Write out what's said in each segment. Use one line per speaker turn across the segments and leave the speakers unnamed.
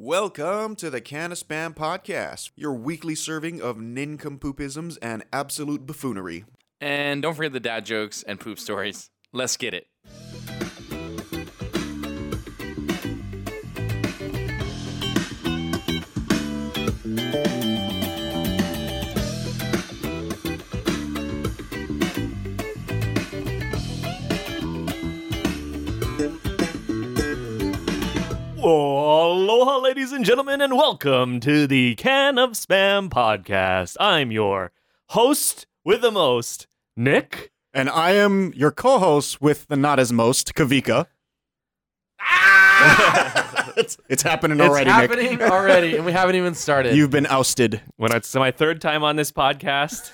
Welcome to the Can of Spam Podcast, your weekly serving of nincompoopisms and absolute buffoonery.
And don't forget the dad jokes and poop stories. Let's get it.
Aloha, ladies and gentlemen, and welcome to the Can of Spam podcast. I'm your host with the most, Nick.
And I am your co host with the not as most, Kavika.
Ah!
it's, it's happening already,
it's
Nick.
happening already, and we haven't even started.
You've been ousted.
When it's my third time on this podcast,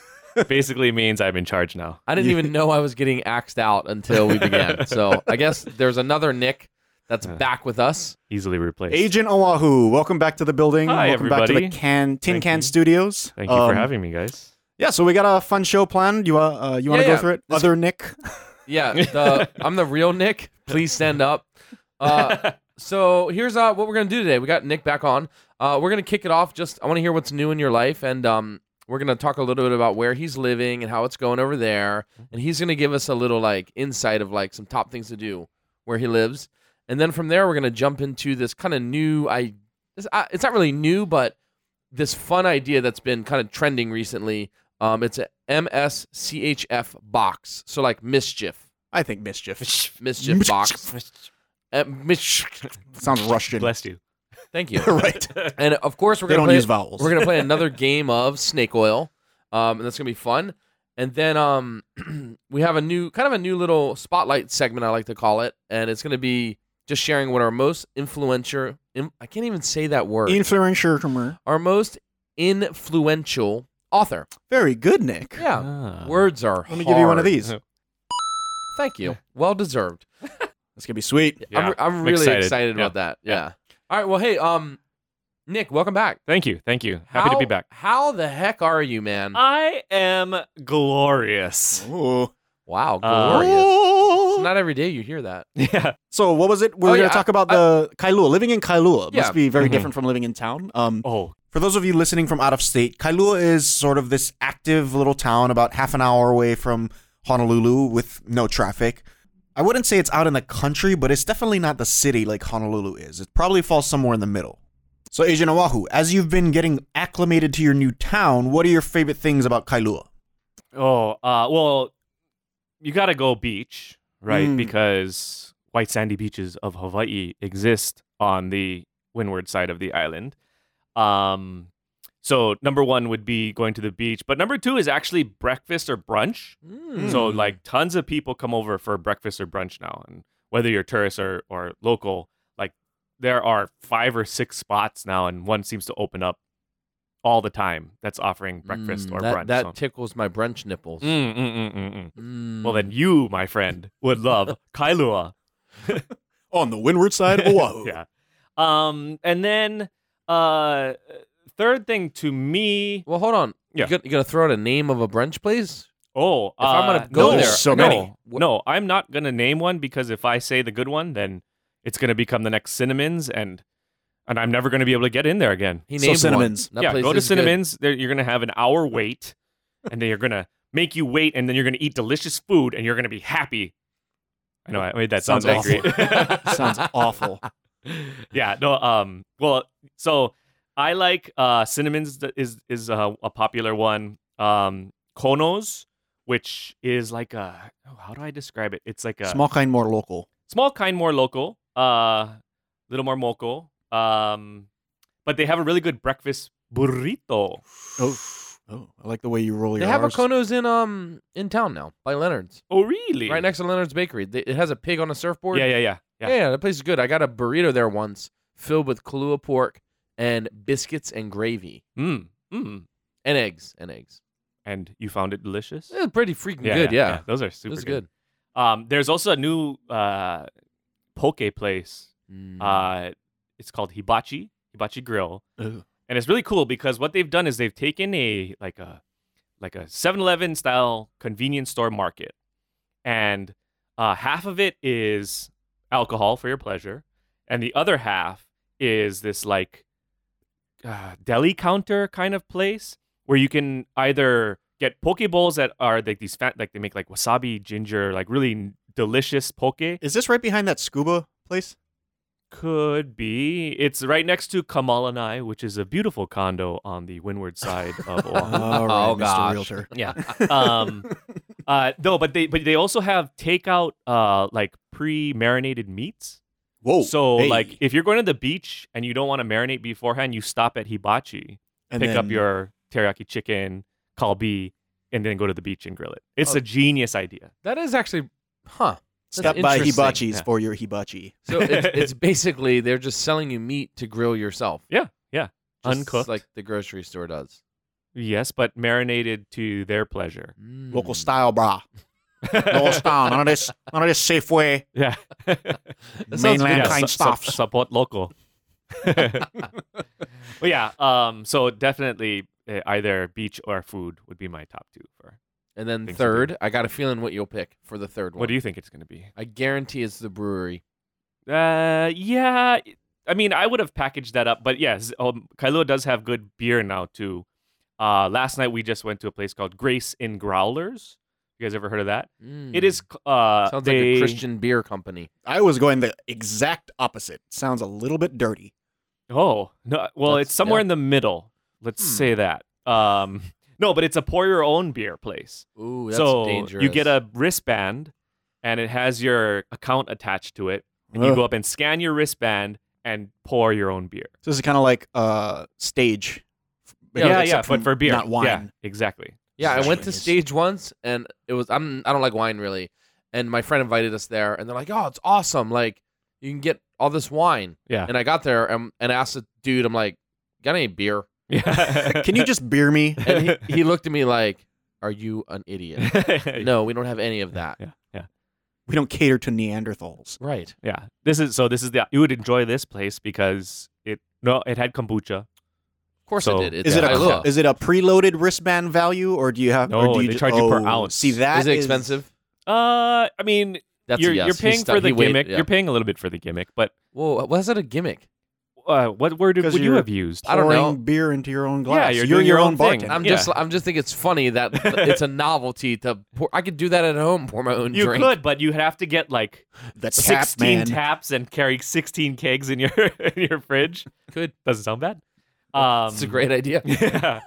basically means I'm in charge now.
I didn't even know I was getting axed out until we began. so I guess there's another Nick that's back with us.
Easily replaced.
Agent Oahu, welcome back to the building.
Hi,
welcome back to the
everybody.
can, Tin
Thank
Can
you.
Studios.
Thank you for
Um,
having me, guys.
Yeah, so we got a fun show planned. You, uh, uh, you want to
Yeah,
go
yeah.
through it?
This-
Other Nick?
Yeah, the, I'm the real Nick. Please stand up. Uh, so here's uh, what we're gonna do today. We got Nick back on. Uh, we're gonna kick it off. Just I want to hear what's new in your life, and um, we're gonna talk a little bit about where he's living and how it's going over there. And he's gonna give us a little like insight of like some top things to do where he lives. And then from there, we're gonna jump into this kind of new. I it's, I it's not really new, but this fun idea that's been kind of trending recently. Um, it's a MSCHF box. So like mischief,
I think mischief.
mischief box. Uh, mischief.
Sounds Russian.
Bless you.
Thank you.
right.
And of course, we're
They
gonna
don't
play,
use vowels.
We're gonna play another game of Snake Oil, um, and that's gonna be fun. And then um, we have a new kind of a new little spotlight segment I like to call it, and it's gonna be just sharing what our most influential. In, I can't even say that word.
Influencer.
our most influential author.
Very good, Nick.
Oh,
Yeah,
Ah.
words are.
Let me give you one of these.
Yeah.
Thank you. Well deserved.
That's gonna be sweet.
Yeah,
I'm, I'm
I'm
really excited,
excited.
about that. Yeah. All right. Well, hey, um, Nick, welcome back.
Thank you. Thank you. Happy to
How-
be back.
How the heck are you, man?
I am glorious.
Ooh.
wow,
Uh,
glorious.
Oh.
It's not every day you hear that.
Yeah.
So what was it? We are
Oh,
gonna
yeah,
talk
I-
about the Kailua. Living in Kailua
Yeah.
must be very
Mhm.
different from living in town. Um,
Oh,
for those of you listening from out of state, Kailua is sort of this active little town about half an hour away from Honolulu with no traffic. I wouldn't say it's out in the country, but it's definitely not the city like Honolulu is. It probably falls somewhere in the middle. So Agent Oahu, as you've been getting acclimated to your new town, what are your favorite things about Kailua?
Oh, uh, well, you gotta go beach, right?
Hmm.
Mm.
Because white sandy beaches of Hawaii exist on the windward side of the island. Um, so number one would be going to the beach, but number two is actually breakfast or brunch. Mm.
Hmm.
So like tons of people come over for breakfast or brunch now, and whether you're tourist or or local, like there are five or six spots now, and one seems to open up all the time that's offering breakfast
Mm,
or
that,
brunch.
That
so-
tickles my brunch nipples.
Mm, mm, mm, mm, mm.
Mm.
Well, then you, my friend, would love Kailua.
on the windward side of Oahu.
yeah. Um, and then uh, third thing to me.
Well, hold on.
Yeah.
You gonna, you gonna throw out a name of a brunch place?
Oh,
If I'm
uh,
gonna go
no,
there-
so
no,
many.
No, I'm not gonna name one because if I say the good one, then it's gonna become the next Cinnamons, and and I'm never gonna be able to get in there again.
He
So
named
Cinnamon's.
One. That
yeah,
place
go to
is good.
Cinnamons. There, you're gonna have an hour wait, and then you're gonna make you wait, and then you're gonna eat delicious food, and you're gonna be happy. I know I made that sound
Sounds
angry.
Sounds awful.
yeah no um well so i like uh cinnamons th- is is uh, a popular one um konos which is like a oh, how do i describe it it's like a
Small kind, more local.
small kind more local uh little more moco um but they have a really good breakfast burrito
Oh, oh, I like the way you roll
They
your.
have a
R's.
Konos in um in town now by Leonard's,
oh really
right next to Leonard's Bakery. They, it has a pig on a surfboard.
yeah yeah yeah yeah.
yeah, that place is good. I got a burrito there once, filled with Kahlua pork and biscuits and gravy
mm, mm.
and eggs and eggs.
and you found it delicious
It was pretty freaking good. Yeah,
those are super
it was
good.
good.
Um, there's also a new uh, poke place.
Mm.
Uh, it's called Hibachi Hibachi Grill,
Ugh.
and it's really cool because what they've done is they've taken a like a like a 7-Eleven style convenience store market, and uh, half of it is alcohol for your pleasure, and the other half is this like uh, deli counter kind of place where you can either get poke bowls that are like these fat, like they make like wasabi ginger, like really delicious poke.
Is this right behind that scuba place?
Could be. It's right next to Kamalanai, which is a beautiful condo on the windward side of Oahu.
All right,
Oh,
Mr.
gosh.
Realtor.
Yeah. Um uh no, but they but they also have takeout uh like pre-marinated meats.
Whoa.
so
Oh, hey.
like if you're going to the beach and you don't want to marinate beforehand, you stop at Hibachi,
And
pick up
then-
your teriyaki chicken, kalbi, and then go to the beach and grill it. It's
Oh.
a genius idea.
That is actually, huh?
Stop by
interesting.
Hibachi's
Yeah.
for your hibachi.
So it's, it's basically they're just selling you meat to grill yourself.
Yeah, yeah.
Just
Uncooked.
like the grocery store does.
Yes, but marinated to their pleasure.
Mm.
Local style, brah. Local style. None of this, none of this Safeway
yeah.
mainland
Yeah,
kind
su- su-
stuff.
support local. well, yeah. Um. So definitely uh, either beach or food would be my top two. For
And then
Things to do.
third, I got a feeling what you'll pick for the third one.
what do you think it's going to be?
I guarantee it's the brewery.
Uh. Yeah. I mean, I would have packaged that up, but yes, um, Kailua does have good beer now too. Uh, last night we just went to a place called Grace in Growlers. You guys ever heard of that? It is. c- Uh,
Hmm. sounds
they-
like a Christian beer company.
I was going the exact opposite. Sounds a little bit dirty.
Oh no! Well,
That's-
it's somewhere
yeah.
in the middle. Let's
Hmm.
say that. Um, no, but it's a pour your own beer place.
Ooh, that's
so
dangerous.
you get a wristband, and it has your account attached to it, and you
Ugh.
go up and scan your wristband and pour your own beer.
So this is kind of like uh stage.
Yeah, yeah,
except
but
for
for beer,
not wine.
Yeah, exactly.
yeah. I went to
Genius.
stage once, and it was I'm I don't like wine really, and my friend invited us there, and they're like, oh, it's awesome, like you can get all this wine,
Yeah.
And I got there and and I asked the dude, I'm like, got any beer?
Yeah.
Can you just beer me?
And he, he looked at me like, are you an idiot?
no.
no, we don't have any of that.
Yeah. Yeah.
We don't cater to Neanderthals.
Right.
Yeah. This is so. This is the you would enjoy this place because it no it had kombucha.
Of course
So-
I did. It's
Is it
I
a
look.
is it a preloaded wristband value or do you have or
No,
do you
they
ju-
charge you per
oh,
ounce.
See that
Is it expensive?
Uh, I mean,
That's a
you're
yes.
you're
He
paying
stuck-
for the
he wait-
gimmick.
yeah.
You're paying a little bit for the gimmick, but
Whoa, was that a gimmick?
uh, what word would
'Cause
you
you're-
have used?
I don't
pouring
know.
beer into your own glass.
Yeah, you're doing your
your
own thing.
bartender.
I'm
Yeah.
just I'm just think it's funny that it's a novelty to pour. I could do that at home, pour my own
You
drink.
could, but you'd have to get like
the tap
16
man.
taps and carry 16 kegs in your in your fridge.
Could.
Doesn't sound bad. Um,
It's a great idea.
yeah.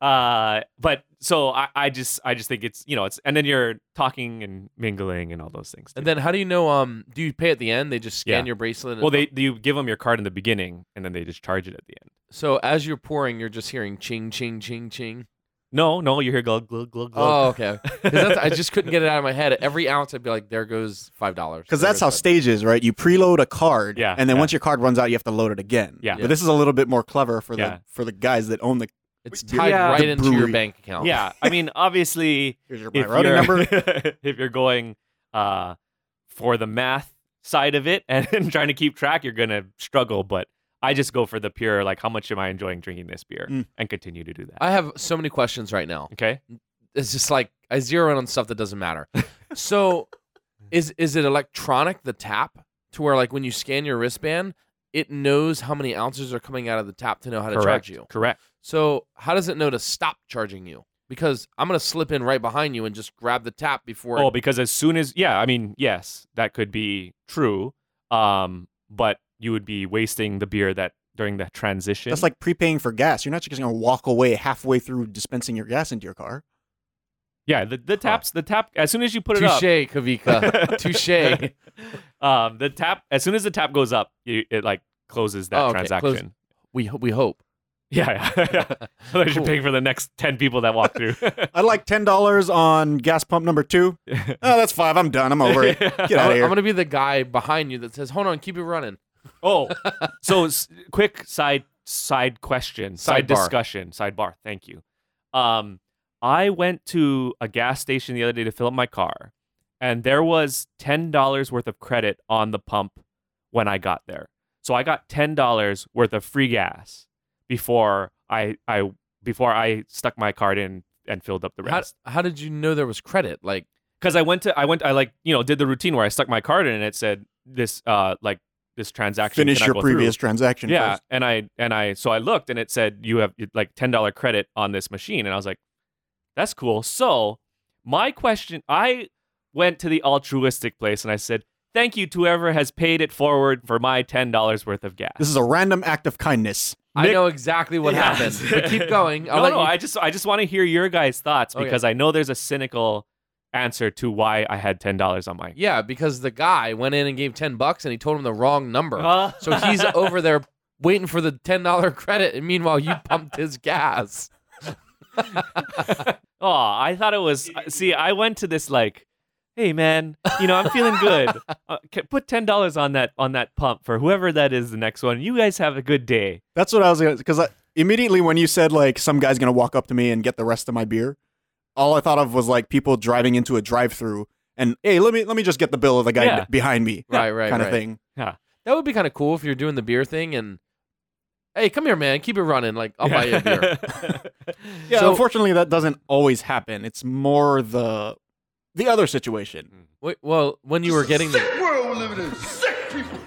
Uh, but so I, I just I just think it's you know it's and then you're talking and mingling and all those things.
And
too.
then how do you know? Um, do you pay at the end? They just scan
Yeah.
your bracelet. And,
well they you give them your card in the beginning and then they just charge it at the end.
so as you're pouring, you're just hearing ching ching ching ching.
No, no, you hear glug glug glug glug.
Oh, okay. 'Cause that's- I just couldn't get it out of my head. Every ounce, I'd be like, "There goes five dollars."
Because that's how stage is, right? You preload a card,
Yeah,
and then
yeah.
once your card runs out, you have to load it again.
Yeah.
But this is a little bit more clever for
Yeah.
the for the guys that own the.
it's
beer-
tied
Yeah.
right
the
into your
brewery.
bank account.
Yeah, I mean obviously
Here's your my
if
routing
you're,
number.
if you're going uh, for the math side of it and, trying to keep track, you're gonna struggle. But I just go for the pure, like how much am I enjoying drinking this beer,
Mm.
and continue to do that.
I have so many questions right now.
okay.
it's just like I zero in on stuff that doesn't matter. So is is it electronic the tap to where like when you scan your wristband, it knows how many ounces are coming out of the tap to know how to
Correct.
charge you.
Correct.
So how does it know to stop charging you? Because I'm gonna slip in right behind you and just grab the tap before.
Oh, because as soon as yeah, I mean yes, that could be true. Um, but you would be wasting the beer that during that transition.
That's like prepaying for gas. You're not just going to walk away halfway through dispensing your gas into your car.
yeah, the, the taps, the tap. As soon as you put it up,
touche, Kavika. Touche.
um, the tap. As soon as the tap goes up, you, it like closes that
Oh, okay, close-
transaction.
we ho- we hope.
Yeah, yeah. yeah. Otherwise,
Cool.
you're paying for the next ten people that walk through.
I'd like ten dollars on gas pump number two. Oh, that's five. I'm done. I'm over it. Get out
I'm,
of here.
I'm gonna be the guy behind you that says, "Hold on, keep it running."
oh, so s- quick side side question, side
Sidebar.
discussion, sidebar. Thank you. Um, I went to a gas station the other day to fill up my car, and there was ten dollars worth of credit on the pump when I got there. So I got ten dollars worth of free gas before I I before I stuck my card in and filled up the
How,
rest.
how did you know there was credit? Like,
because I went to I went I like you know did the routine where I stuck my card in and it said this uh like this transaction.
Finish
cannot
your
go through.
previous transaction
Yeah,
first.
and I and I so I looked and it said you have like ten dollar credit on this machine, and I was like, that's cool. So my question, I went to the altruistic place and I said, thank you to whoever has paid it forward for my ten dollars worth of gas.
This is a random act of kindness.
I
Nick-
know exactly what
Yeah.
happened. But keep going. I'll
no,
let
no,
you-
I just I just want to hear your guys' thoughts
Okay.
because I know there's a cynical answer to why I had ten dollars on my.
yeah, because the guy went in and gave ten bucks, and he told him the wrong number.
Uh,
So he's over there waiting for the ten dollar credit, and meanwhile you pumped his gas.
Oh, I thought it was. uh, See, I went to this like, hey man, you know I'm feeling good. Uh, ca- put ten dollars on that on that pump for whoever that is the next one. You guys have a good day.
That's what I was gonna because immediately when you said like some guy's gonna walk up to me and get the rest of my beer, all I thought of was like people driving into a drive-through and hey, let me let me just get the bill of the guy
Yeah.
behind me,
Right, right,
kind
right.
of thing.
That would be kind of cool if you're doing the beer thing and. Hey, come here, man. Keep it running. Like I'll buy you a beer.
Yeah,
So-
unfortunately, that doesn't always happen. It's more the the other situation.
Wait, well, when you were getting the
world we living in. Sick people.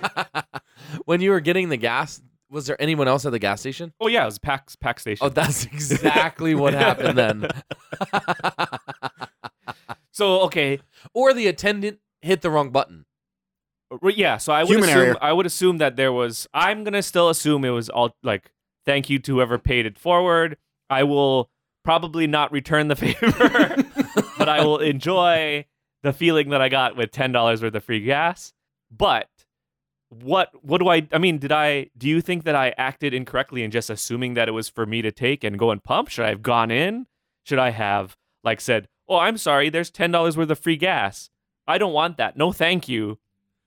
when you were getting the gas, was there anyone else at the gas station?
oh yeah, it was Pax Pax Station.
Oh, that's exactly what happened then.
so okay,
Or the attendant hit the wrong button.
Right, yeah, so I would
Human
assume
error.
I would assume that there was I'm gonna still assume it was all like thank you to whoever paid it forward. I will probably not return the favor, but I will enjoy the feeling that I got with ten dollars worth of free gas. But what what do I I mean, did I do you think that I acted incorrectly in just assuming that it was for me to take and go and pump? Should I have gone in? Should I have like said, Oh, I'm sorry, there's ten dollars worth of free gas. I don't want that. No thank you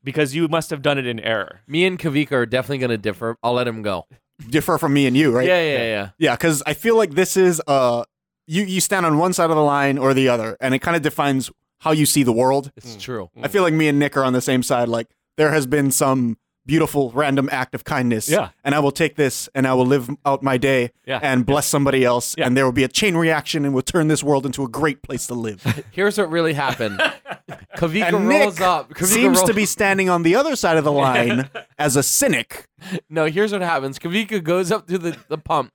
because you must have done it in error.
Me and Kavika are definitely going to differ. I'll let him go.
Differ from me and you, right?
Mm. Yeah, yeah, yeah.
Yeah, because I feel like this is uh you you stand on one side of the line or the other, and it kind of defines how you see the world.
It's true.
I feel like me and Nick are on the same side. Like there has been some beautiful random act of kindness.
Yeah.
And I will take this and I will live out my day
Yeah.
and bless somebody else.
Yeah.
And there will be a chain reaction and we'll turn this world into a great place to live.
Here's what really happened. Kavika
and
rolls
Nick
up. Kavika
seems
roll-
to be standing on the other side of the line as a cynic.
No, here's what happens. Kavika goes up to the, the pump.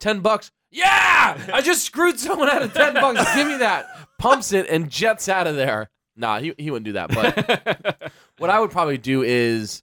Ten bucks. Yeah! I just screwed someone out of ten bucks. Give me that. Pumps it and jets out of there. Nah, he, he wouldn't do that. But what I would probably do is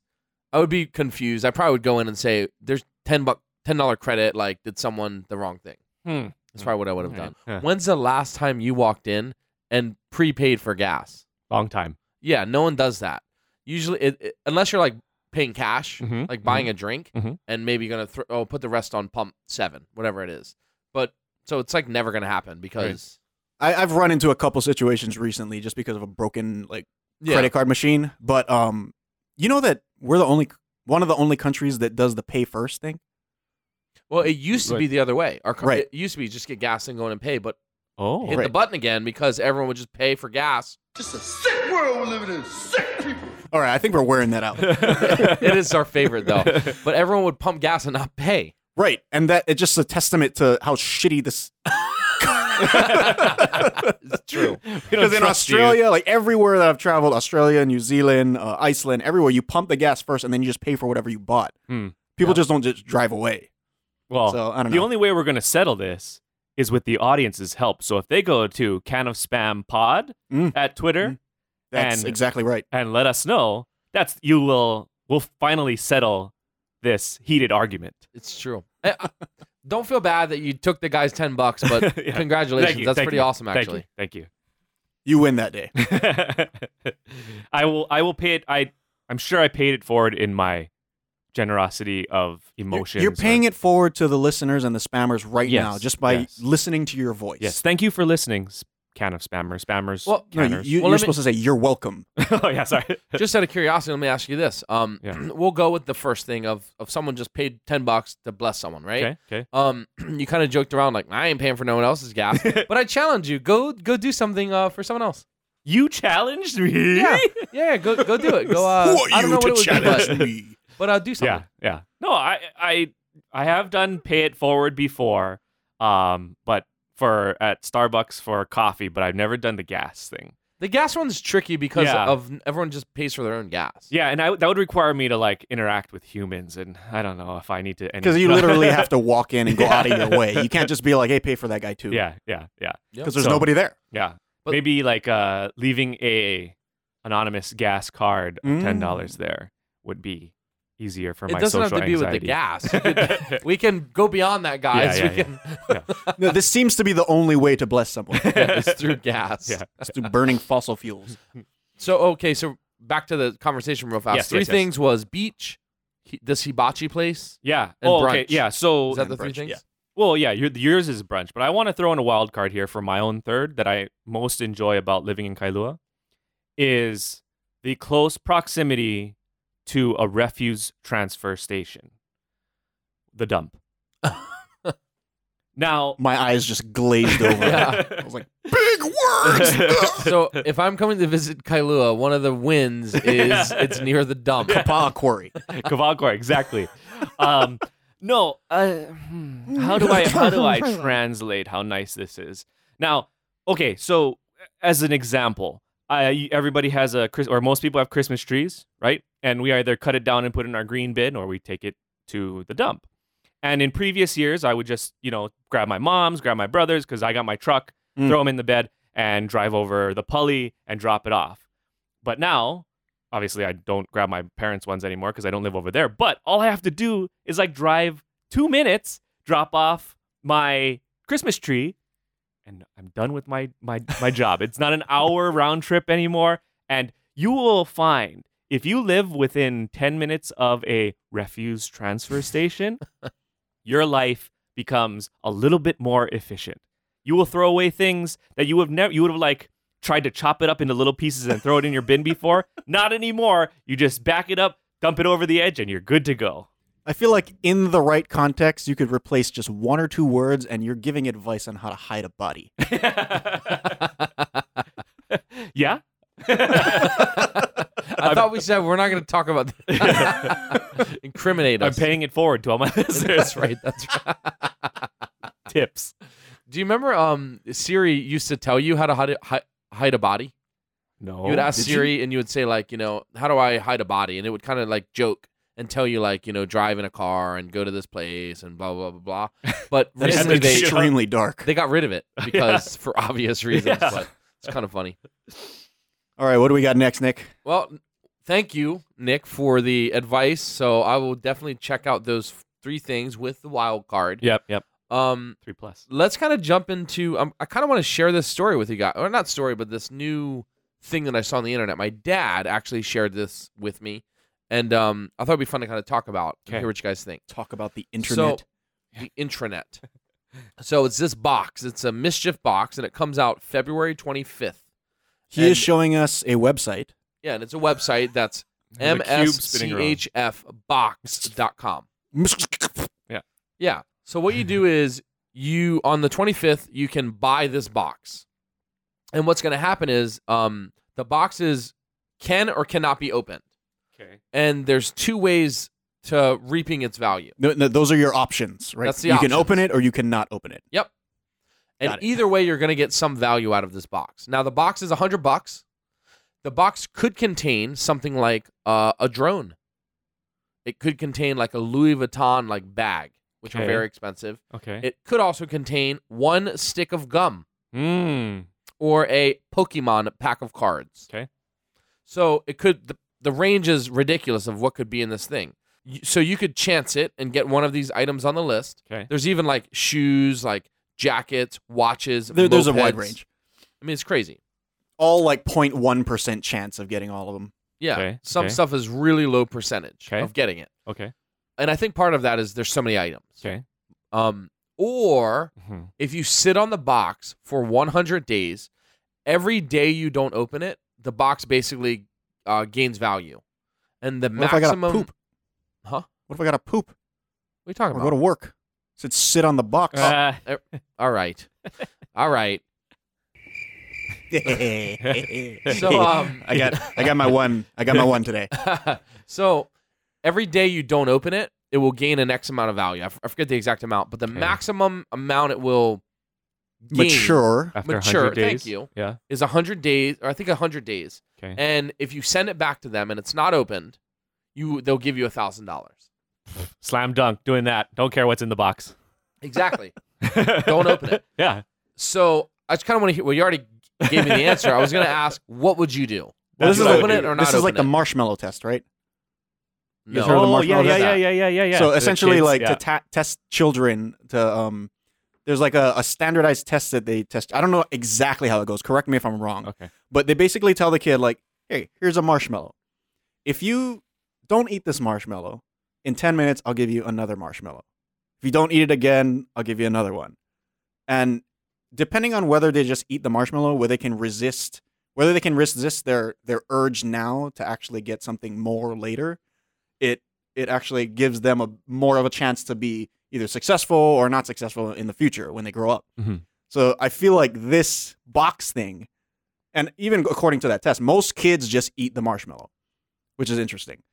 I would be confused. I probably would go in and say, There's ten buck ten dollar credit, like did someone the wrong thing?
Hmm.
That's probably what I would have done.
Huh.
When's the last time you walked in and prepaid for gas?
Long time.
Yeah, no one does that. Usually, it, it- unless you're like paying cash,
Mm-hmm.
Mhm,
like buying a drink,
Mhm.
and maybe gonna throw oh, put the rest on pump seven, whatever it is. But so it's like never gonna happen because
I, I've run into a couple situations recently just because of a broken like
yeah,
credit card machine. But um, you know that we're the only one of the only countries that does the pay first thing.
well, it used to be the other way. Our co-
Right.
it used to be just get gas and go in and pay, but
Oh,
hit the button again because everyone would just pay for gas.
Just a sick world we living in. Sick people.
All right, I think we're wearing that out.
it is our favorite though, but everyone would pump gas and not pay.
right, and that it's just a testament to how shitty this.
It's true.
Because in Australia, like everywhere that I've traveled, Australia, New Zealand, uh, Iceland, everywhere, you pump the gas first, and then you just pay for whatever you bought.
Hmm.
People just don't just drive away.
Oh.
well,
so I don't
the
know.
only way we're going to settle this is with the audience's help. So if they go to can of spam pod
Mm.
at Twitter
Mm. That's
and-
exactly right.
and let us know, that's you will will finally settle this heated argument.
It's true. I- I- don't feel bad that you took the guy's ten bucks, but
Yeah.
congratulations,
Thank you,
that's
thank
pretty
you,
awesome actually.
Thank you.
You win that day.
Thank you. I will I will pay it I I'm sure I paid it forward in my generosity of
You're,
emotions.
you're
or-
paying it forward to the listeners and the spammers right
Yes,
now, just by
yes.
listening to your voice.
Yes, thank you for listening, s- can of spammers, spammers,
Well,
No,
canners.
you,
Well,
are
let me-
supposed to say you're welcome.
oh yeah, sorry.
just out of curiosity, let me ask you this. Um,
Yeah.
we'll go with the first thing of of someone just paid ten bucks to bless someone, right?
Okay, okay.
Um, you kind of joked around like I ain't paying for no one else's gas, but I challenge you go go do something uh, for someone else.
You challenged me.
Yeah, yeah, go go do it. Go. Uh, I don't know what it would be, but,
me?
but I'll do something.
yeah, yeah. No, I, I, I have done pay it forward before, um, but for at Starbucks for coffee, but I've never done the gas thing.
The gas one's tricky because
Yeah.
of everyone just pays for their own gas.
Yeah, and I, that would require me to like interact with humans, and I don't know if I need to.
Because you literally have to walk in and go out of your way. You can't just be like, hey, pay for that guy too.
yeah, yeah, yeah,
Because there's
So-
nobody there.
yeah.
But-
Maybe like uh, leaving a anonymous gas card of
Mm.
ten dollars there would be easier for
It
my
doesn't
social
have to be with the
anxiety.
gas. You could- we can go beyond that, guys.
Yeah,
we
yeah,
can.
No, this seems to be the only way to bless someone.
it's through gas.
Yeah.
It's through burning fossil fuels.
So okay, so back to the conversation real fast.
Yes,
three
yes, yes.
things was beach, hi- this hibachi place.
Yeah.
And
oh, okay.
brunch.
Yeah. So
Is that the three
brunch,
things?
yeah.
Well, yeah, your, yours is brunch, but I want to throw in a wild card here for my own third that I most enjoy about living in Kailua is the close proximity to a refuse transfer station, the dump. now,
My eyes just glazed over.
Yeah.
I was like, big words.
so if I'm coming to visit Kailua, one of the wins is it's near the dump.
Paw quarry.
Kavakor, exactly. Um, no, uh, hmm, how do I how do I translate how nice this is? Now, okay, so as an example, I, everybody has a Chris- or most people have Christmas trees, right? And we either cut it down and put it in our green bin, or we take it to the dump. And in previous years, I would just you know grab my mom's, grab my brother's, because I got my truck,
Mm.
throw them in the bed, and drive over the pulley and drop it off. But now, obviously, I don't grab my parents' ones anymore because I don't live over there. But all I have to do is like drive two minutes, drop off my Christmas tree, and I'm done with my my my job. It's not an hour round trip anymore. And you will find if you live within ten minutes of a refuse transfer station, your life becomes a little bit more efficient. You will throw away things that you have never you would have like tried to chop it up into little pieces and throw it in your bin before. Not anymore. You just back it up, dump it over the edge, and you're good to go.
I feel like in the right context, you could replace just one or two words and you're giving advice on how to hide a body.
yeah.
I thought we said we're not going to talk about that. incriminate
I'm
us.
paying it forward to all my listeners
That's right. That's right.
tips.
Do you remember um, Siri used to tell you how to hide, hi- hide a body?
No.
you would ask Siri and you would say like, you know, how do I hide a body? And it would kind of like joke and tell you like, you know, drive in a car and go to this place and blah blah blah blah. blah. But
That is
recently they
extremely dark.
they got rid of it because for obvious reasons.
Yeah.
But it's kind of funny.
All right, what do we got next, Nick?
Well, n- thank you, Nick, for the advice. So I will definitely check out those f- three things with the wild card.
Yep. Yep.
Um,
Three plus.
let's kind of jump into. Um, I kind of want to share this story with you guys, or not story, but this new thing that I saw on the internet. My dad actually shared this with me, and um, I thought it'd be fun to kind of talk about and
Okay.
hear what you guys think.
Talk about the internet.
So, the intranet. so it's this box. It's a mischief box, and it comes out February twenty fifth.
he
and-
is showing us a website.
Yeah, and it's a website that's
There's a cube spinning around.
mschfbox.com.
Yeah.
Yeah. So what you do is you on the 25th you can buy this box. And what's going to happen is um the boxes can or cannot be opened.
Okay.
And there's two ways to reaping its value.
No, no, those are your options, right?
That's the
you
options.
can open it or you cannot open it.
And
Got it.
either way, you're going to get some value out of this box. Now, the box is 100 bucks. The box could contain something like uh, a drone. It could contain like a Louis Vuitton like bag, which are
Okay.
very expensive.
Okay.
It could also contain one stick of gum
Mm.
or a Pokemon pack of cards.
Okay.
So it could the, the range is ridiculous of what could be in this thing. Y- So you could chance it and get one of these items on the list.
Okay.
There's even like shoes, like jackets, watches.
There- there's a wide
mopeds.
range.
I mean, it's crazy.
All like 0.1% chance of getting all of them.
Yeah,
Okay,
some
okay.
stuff is really low percentage
Okay.
of getting it,
Okay.
and I think part of that is there's so many items.
Okay.
Um, or
Mhm.
if you sit on the box for 100 days, every day you don't open it, the box basically uh, gains value, and the
What if I gotta
maximum.
poop?
Huh? What
What if I got to poop
are you talking
or
about?
go to work? Said sit on the box.
Uh,
All right, all right.
so
um,
I got I got my one. I got my one today.
so every day you don't open it, it will gain an X amount of value. I f- I forget the exact amount, but the maximum amount it will game
mature.
after
Mature,
100 days.
thank you.
Yeah.
is 100 days, or I think 100 days.
Okay.
And if you send it back to them and it's not opened, you they'll give you a thousand dollars.
Slam dunk, doing that. Don't care what's in the box.
Exactly. Don't open it.
Yeah.
So I just kind of want to hear. Well, you already gave me the answer. I was going to ask, what would you do?
Well,
Would
this
you
is a-
open it or not?
This is like the
open it?
marshmallow test, right? You guys
No.
heard of the
Oh, yeah, yeah,
marshmallows?
yeah, yeah, yeah, yeah, yeah.
so
The
essentially,
kids,
like
yeah.
to ta- test children to um, there's like a, a standardized test that they test. I don't know exactly how it goes. Correct me if I'm wrong.
okay.
But they basically tell the kid like, "Hey, here's a marshmallow. If you don't eat this marshmallow in 10 minutes, I'll give you another marshmallow. If you don't eat it again, I'll give you another one." And depending on whether they just eat the marshmallow, whether they can resist, whether they can resist their their urge now to actually get something more later, it it actually gives them a more of a chance to be either successful or not successful in the future when they grow up.
Mhm.
So I feel like this box thing, and even according to that test, most kids just eat the marshmallow, which is interesting.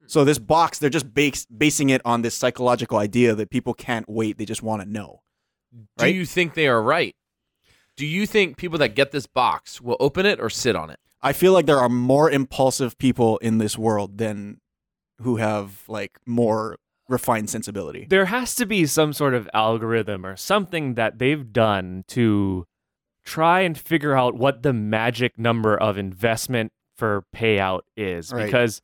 Hmm.
So this box, they're just bas- basing it on this psychological idea that people can't wait; they just want to know.
Do
right?
you think they are right? Do you think people that get this box will open it or sit on it?
I feel like there are more impulsive people in this world than who have like more refined sensibility.
There has to be some sort of algorithm or something that they've done to try and figure out what the magic number of investment for payout is
Right.
because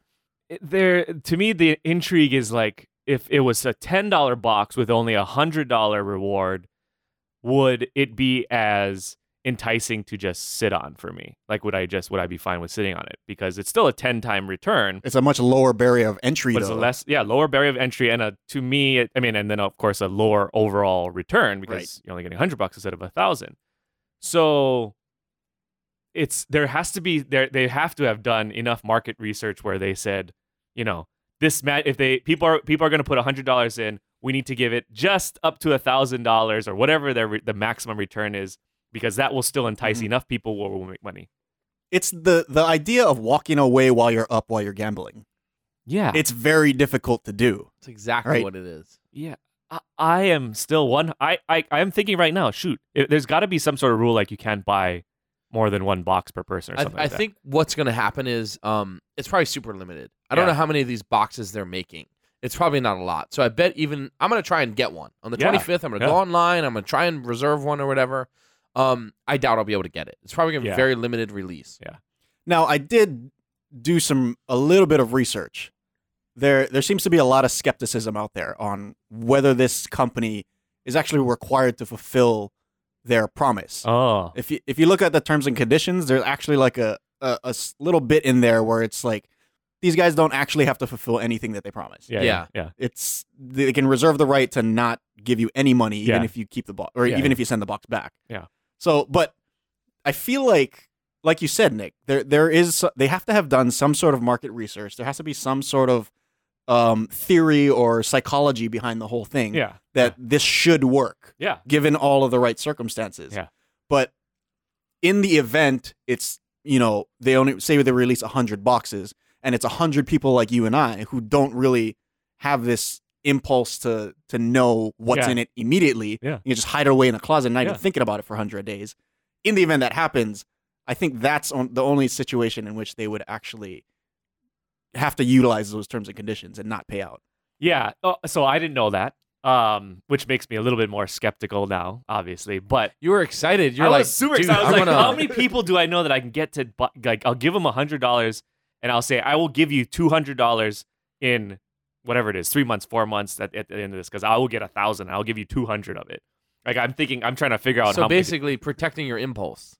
it- there to me the intrigue is like if it was a $10 box with only a $100 reward would it be as enticing to just sit on for me like would i just would i be fine with sitting on it because it's still a 10 time return
It's a much lower barrier of entry.
but it's a
though.
less yeah lower barrier of entry and a to me it, i mean and then of course a lower overall return because
Right.
you're only getting 100 bucks instead of a thousand so it's there has to be there they have to have done enough market research where they said you know this ma- if they people are people are going to put $100 in we need to give it just up to $1000 or whatever their re- the maximum return is because that will still entice
Mhm.
enough people where we'll make money
it's the the idea of walking away while you're up while you're gambling.
yeah
It's very difficult to do.
That's exactly
Right.
what it is.
Yeah. I, I am still one. I, I, I'm thinking right now, shoot, i- there's got to be some sort of rule like you can't buy more than one box per person or
I,
something
I
like that.
think what's going to happen is um, it's probably super limited. I don't
Yeah.
know how many of these boxes they're making. It's probably not a lot. So I bet even I'm going to try and get one on the
Yeah.
25th. I'm going to go
Yeah.
online. I'm going to try and reserve one or whatever. Um, I doubt I'll be able to get it. It's probably going to be
Yeah.
very limited release.
Now I did do some a little bit of research. There there seems to be a lot of skepticism out there on whether this company is actually required to fulfill their promise.
Oh.
If you if you look at the terms and conditions, there's actually like a, a a s- little bit in there where it's like these guys don't actually have to fulfill anything that they promise.
Yeah.
Yeah.
Yeah. yeah.
It's they can reserve the right to not give you any money even
Yeah.
if you keep the box or
Yeah,
even
yeah.
if you send the box back.
Yeah.
So, but I feel like like you said Nick, there there is they have to have done some sort of market research. There has to be some sort of um, theory or psychology behind the whole thing
Yeah.
that this should work
Yeah.
given all of the right circumstances.
Yeah.
But in the event, it's you know they only say they release hundred boxes, and it's hundred people like you and I who don't really have this impulse to to know what's
Yeah.
in it immediately.
Yeah.
You just hide it away in a closet, and not
Yeah.
even thinking about it for hundred days. In the event that happens, I think that's on, the only situation in which they would actually have to utilize those terms and conditions and not pay out.
Yeah. Oh, so I didn't know that, um, which makes me a little bit more skeptical now, obviously. But
You were excited. You're
I
like
was super
"Dude,
excited. I was
I'm
like,
gonna-
how many people do I know that I can get to, bu- like, I'll give them $100 and I'll say, I will give you $200 in whatever it is, three months, four months at, at the end of this, because I will get a thousand. I'll give you 200 of it. Like, I'm thinking, I'm trying to figure out
So
how many-
basically, protecting your impulse.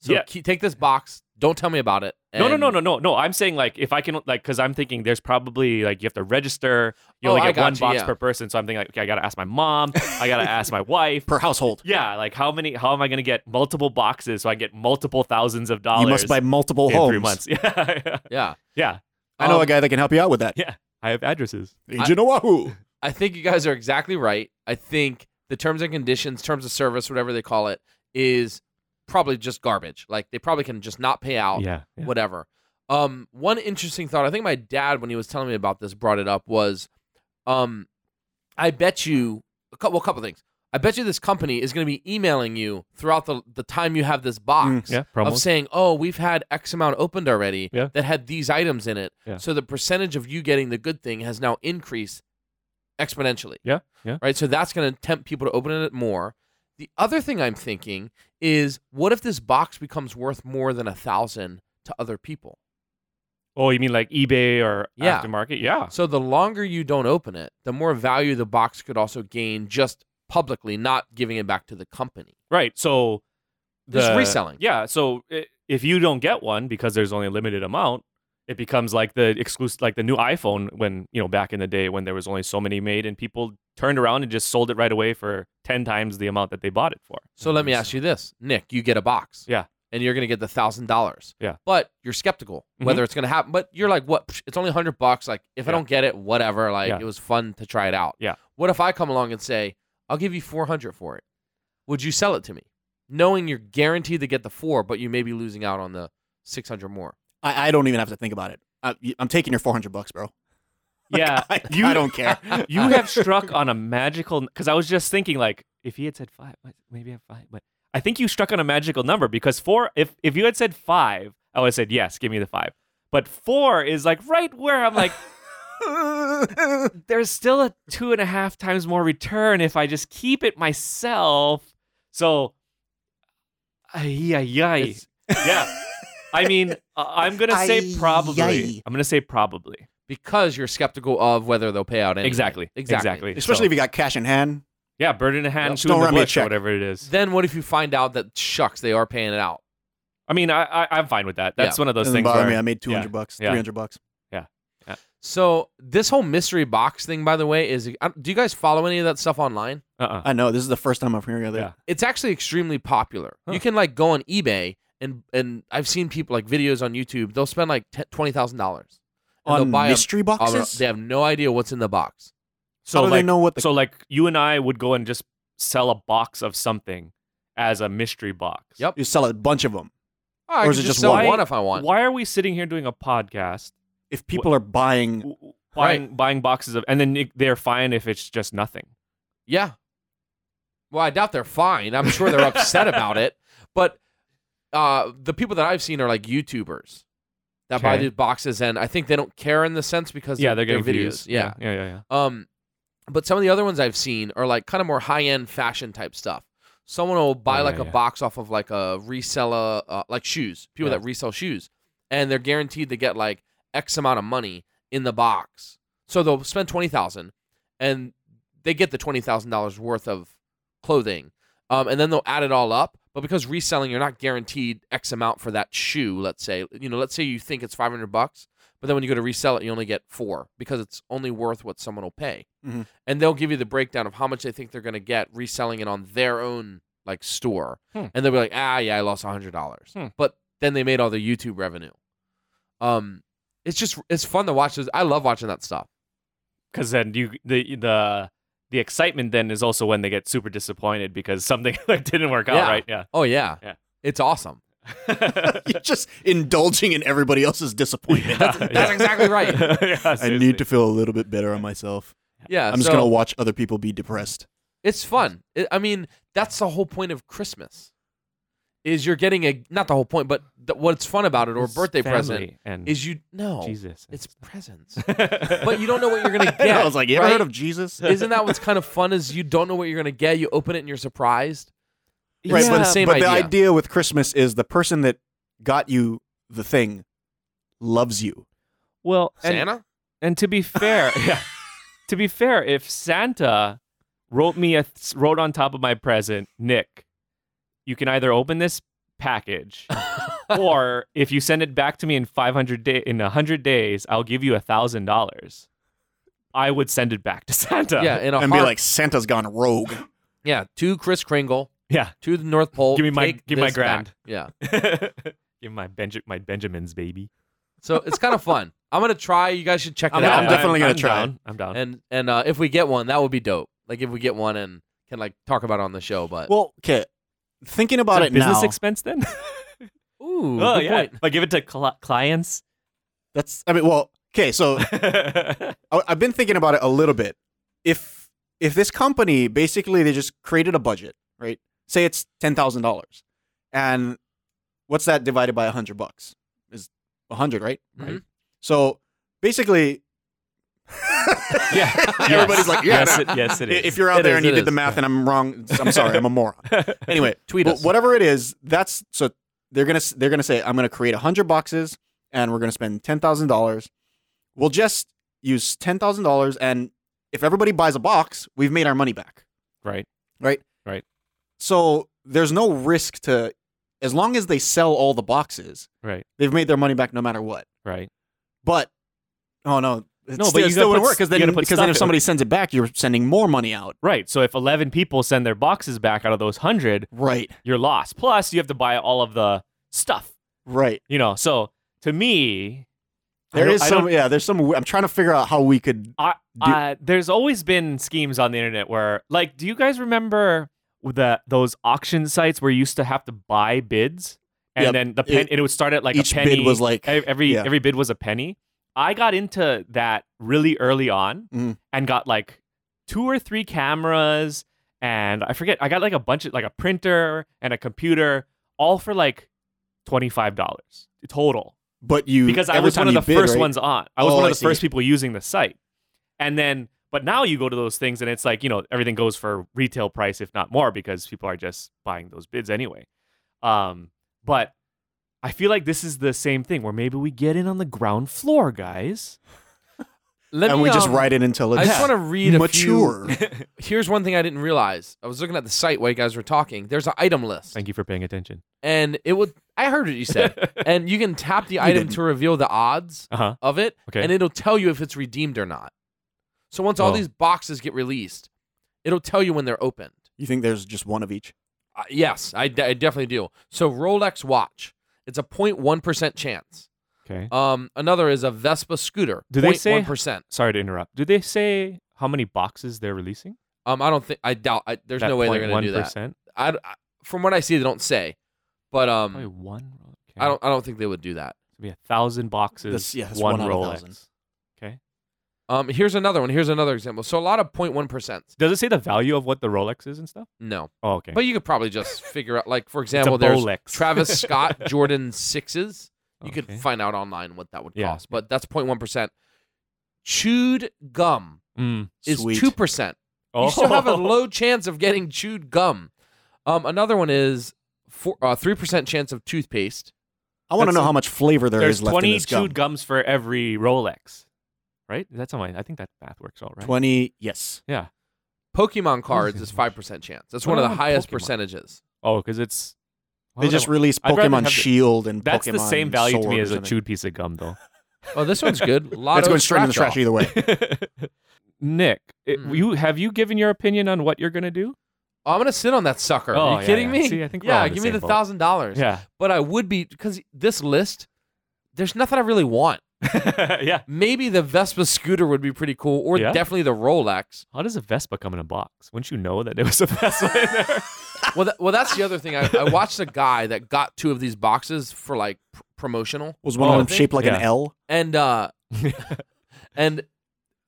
So
Yeah.
keep, take this box. Don't tell me about it.
No, no,
and-
no, no, no, no. I'm saying like if I can like because I'm thinking there's probably like you have to register. You
Oh,
only
I
get
got
one
you,
box
yeah.
per person, so I'm thinking like okay, I gotta ask my mom. I gotta ask my wife.
Per household,
Yeah, like how many? How am I gonna get multiple boxes so I get multiple thousands of dollars?
you must buy multiple
in
homes.
three months. Yeah, yeah,
Yeah.
yeah.
I know
Um,
a guy that can help you out with that.
I have addresses.
Agent Oahu.
I think you guys are exactly right. I think the terms and conditions, terms of service, whatever they call it, is probably just garbage. Like they probably can just not pay out,
Yeah, yeah.
whatever. Um, one interesting thought, I think my dad, when he was telling me about this, brought it up was um, I bet you a couple, well, a couple things. I bet you this company is going to be emailing you throughout the, the time you have this
Mm,
box
Yeah,
of
promos.
saying, oh, we've had X amount opened already
Yeah.
that had these items in it.
Yeah.
So the percentage of you getting the good thing has now increased exponentially.
Yeah, yeah.
Right. So that's going to tempt people to open it more. The other thing I'm thinking is what if this box becomes worth more than a thousand to other people?
Oh, you mean like eBay or
Yeah.
aftermarket? Yeah.
So the longer you don't open it, the more value the box could also gain just publicly, not giving it back to the company.
Right. So
Just reselling.
Yeah. So i if you don't get one because there's only a limited amount, it becomes like the exclusive, like the new iPhone when you know back in the day when there was only so many made and people turned around and just sold it right away for ten times the amount that they bought it for.
So let me ask you this, Nick: You get a box,
Yeah.
and you're going to get the thousand dollars,
Yeah. Mm-hmm.
But you're skeptical whether it's going to happen. But you're like, what? Psh, It's only hundred bucks. Like, if I
Yeah.
don't get it, whatever. Like,
Yeah.
it was fun to try it out.
Yeah.
What if I come along and say, I'll give you four hundred for it? Would you sell it to me, knowing you're guaranteed to get the four, but you may be losing out on the six hundred more?
I, I don't even have to think about it. I, I'm taking your 400 bucks, bro.
Yeah.
I,
you
I don't care.
you have struck on a magical because I was just thinking like if he had said five, but maybe I have five, but I think you struck on a magical number because four. If if you had said five, I would have said yes, give me the five. But four is like right where I'm like, there's still a two and a half times more return if I just keep it myself. So, yeah, yeah,
It's-
yeah. I mean, I- I'm gonna say
Ay,
probably.
yay.
I'm gonna say probably.
Because you're skeptical of whether they'll pay out anything.
Exactly.
Exactly.
Especially if you got cash in hand.
Yeah, bird in a hand,
Yep.
shoe
Don't
in the
run me a
bush, or
check.
whatever it is.
Then what if you find out that shucks, they are paying it out?
I mean, I, I I'm fine with that. That's
Yeah.
one of those
Doesn't
things.
bother
where-
me. I made 200
yeah,
bucks,
yeah.
300 bucks.
So this whole mystery box thing, by the way, is uh, do you guys follow any of that stuff online?
uh-uh.
I know. This is the first time I'm hearing of it.
Yeah.
It's actually extremely popular.
Huh.
You can like go on eBay and and I've seen people like videos on YouTube. They'll spend like te- twenty thousand dollars and
On
they'll buy a-
mystery
a-
boxes?
They have no idea what's in the box.
So
How do
like,
they know what the.
so like you and I would go and just sell a box of something as a mystery box.
Yep.
you sell a bunch of them.
Oh, I
Or is
could
it
just
just
sell
one?
one if I want.
Why are we sitting here doing a podcast,
If people are buying.
w- w- buying buying boxes of, and then it- they're fine if it's just nothing.
Yeah. Well, I doubt they're fine. I'm sure they're upset about it. But uh, the people that I've seen are like YouTubers that buy
Okay.
these boxes, and I think they don't care in the sense because
yeah,
they're,
they're getting
videos.
views.
Yeah.
yeah, yeah, yeah.
Um, but some of the other ones I've seen are like kind of more high end fashion type stuff. Someone will buy
yeah,
like a
yeah.
box off of like a reseller, uh, like shoes, people
Yeah.
that resell shoes, and they're guaranteed to get like X amount of money in the box. So they'll spend twenty thousand, and they get the twenty thousand dollars worth of clothing, um, and then they'll add it all up. But because reselling, you're not guaranteed X amount for that shoe. Let's say you know, let's say you think it's five hundred bucks, but then when you go to resell it, you only get four because it's only worth what someone will pay,
Mm-hmm.
Mhm.
and they'll give you the breakdown of how much they think they're going to get reselling it on their own like store,
Hmm.
and they'll be like, ah, yeah, I lost hundred dollars,
Hmm.
but then they made all their YouTube revenue. Um, it's just it's fun to watch. This. I love watching that stuff.
Because then you the the the excitement then is also when they get super disappointed because something like didn't work out
Yeah.
right. Yeah.
Oh yeah,
Yeah.
it's awesome.
You're just indulging in everybody else's disappointment.
Yeah,
That's
yeah.
exactly right.
Yeah,
I
seriously.
need to feel a little bit better on myself.
Yeah,
I'm just
so-
going to watch other people be depressed.
It's fun. I I mean, that's the whole point of Christmas. Is you're getting a not the whole point, but th- what's fun about it or
It's
birthday
family
present
and
is you no
Jesus.
it's presents, but you don't know what you're gonna
And
get.
I was like, you ever
right?
heard of Jesus?
Isn't that what's kind of fun? Is you don't know what you're gonna get. You open it and you're surprised.
right,
It's
but,
the same
but
idea.
the idea with Christmas is the person that got you the thing loves you.
well and-
Santa.
And to be fair, yeah, to be fair, if Santa wrote me a th- wrote on top of my present, Nick, you can either open this package, or if you send it back to me in five hundred day in hundred days, I'll give you a thousand dollars. I would send it back to Santa.
yeah, in a
and
heart.
be like, Santa's gone rogue.
yeah, to Chris Kringle,
yeah.
to the North Pole.
Give me my-
take
give me my
this
grand.
back. Yeah,
Give my Benja- my Benjamins, baby.
so it's kind of fun. I'm gonna try. You guys should check it
I'm
out.
down. definitely gonna
I'm
try.
down. I'm down.
and and uh, if we get one, that would be dope. Like if we get one and can like talk about it on the show. But
Well, okay. Thinking
Is
about
that
it
business
now,
expense then?
ooh,
oh
good
yeah,
point.
like give it to cli- clients.
that's I mean, well, okay. So I, I've been thinking about it a little bit. If if this company basically they just created a budget, right? Say it's ten thousand dollars, and what's that divided by hundred bucks? Is hundred right?
Right.
So basically,
Yeah.
everybody's like, yeah.
Yes,
no.
it, yes, it
I-
is.
If you're out
It
there
is,
and you
it
did
is.
the math and I'm wrong, I'm sorry, I'm a moron. Anyway,
Tweet
but
us.
whatever it is, that's so they're gonna s- they're gonna say I'm gonna create hundred boxes and we're gonna spend ten thousand dollars. We'll just use ten thousand dollars and if everybody buys a box, we've made our money back.
right.
Right?
Right.
So there's no risk to as long as they sell all the boxes,
Right.
they've made their money back no matter what.
Right.
But oh no, it's
No, but
still,
you
it
gotta
still wouldn't
put
work because
s- you
then
gotta put
because then
stuff
if
in.
somebody sends it back, you're sending more money out.
Right. So if 11 people send their boxes back out of those 100,
Right.
you're lost. Plus, you have to buy all of the stuff,
Right.
you know. So to me, I
There
don't-
is
I
some
don't-
yeah. There's some. I'm trying to figure out how we could.
I,
Do-
uh, there's always been schemes on the internet where, like, do you guys remember the those auction sites where you used to have to buy bids, and
Yep.
then the pen,
It-
it would start at like
each
a penny.
bid was like
ev- every
yeah.
every bid was a penny. I got into that really early on
Mhm.
and got like two or three cameras, and I forget I got like a bunch of like a printer and a computer, all for like twenty five dollars total
but you
because I
every
was
time
one of
you
the
bid,
first
right?
ones on. I was
Oh,
one
I
of the
see.
first people using the site. And then, but now you go to those things and it's like, you know, everything goes for retail price, if not more, because people are just buying those bids anyway. Um, but I feel like this is the same thing where maybe we get in on the ground floor, guys.
Let
and
me,
we just
um,
write it until it's
I just want to read a few.
mature.
Here's one thing I didn't realize. I was looking at the site while you guys were talking. There's an item list,
Thank you for paying attention.
and it would. I heard what you said, and you can tap the item
didn't.
to reveal the odds
Uh huh.
of it,
Okay.
and it'll tell you if it's redeemed or not. So once all
Oh.
these boxes get released, it'll tell you when they're opened.
you think there's just one of each?
Uh, yes, I, de- I definitely do. So Rolex watch, it's a 0.1 percent chance.
Okay.
Um, another is a Vespa scooter.
Do they say-
one percent?
Sorry to interrupt. Do they say how many boxes they're releasing?
Um, I don't think I doubt. I, there's
That
no way they're going to do that.
0.1%?
I, I- from what I see, they don't say, but um,
Probably one. Okay.
I don't. I don't think they would do that.
Maybe a thousand boxes.
This- yeah, it's
one,
one out of
Rolex.
thousand.
Okay.
Um, here's another one. Here's another example. So a lot of 0.1 percent.
Does it say the value of what the Rolex is and stuff?
No,
Oh, okay.
but you could probably just figure out. Like for
a
example, there's
Rolex.
Travis Scott Jordan sixes. You
Okay.
could find out online what that would
Yeah.
cost, but that's 0.1 percent. Chewed gum
Mm. Oh.
is
Sweet.
two percent. You still have a low chance of getting chewed gum. Um, another one is four uh, three percent chance of toothpaste.
I want to
That's
know
a-
how much flavor there
There's
is left
20
in this gum.
chewed gums for every Rolex, right? That's how I, I think that math works out, right?
Twenty, yes.
Yeah.
Pokemon cards
it?
is five percent chance. That's
What
one of
about
the highest
Oh, Pokemon?
percentages.
Oh, because it's why
They
would
just
I-
released
I'd rather have
Pokemon
the-
Shield and
that's the
Pokemon
same value to
Sword
me
or
as a
something.
chewed piece of gum, though.
Oh, this one's good. Lotto
That's going straight in the
scratch-off.
trash either way.
Nick, it,
Mm.
you have you given your opinion on what you're gonna do?
Oh, I'm gonna sit on that sucker.
Oh,
Are
yeah,
you kidding
yeah.
me?
See, I think we're all
yeah,
in the
give me
same
the
boat.
thousand dollars.
Yeah,
But I would be because this list, there's nothing I really want.
yeah.
Maybe the Vespa scooter would be pretty cool, or
Yeah.
definitely the Rolex.
How does a Vespa come in a box? Wouldn't you know that there was a Vespa in there?
Well, that, well, that's the other thing. I, I watched a guy that got two of these boxes for like pr- promotional.
Was one
Oh,
of them
I think-
shaped like an
yeah.
L?
and uh and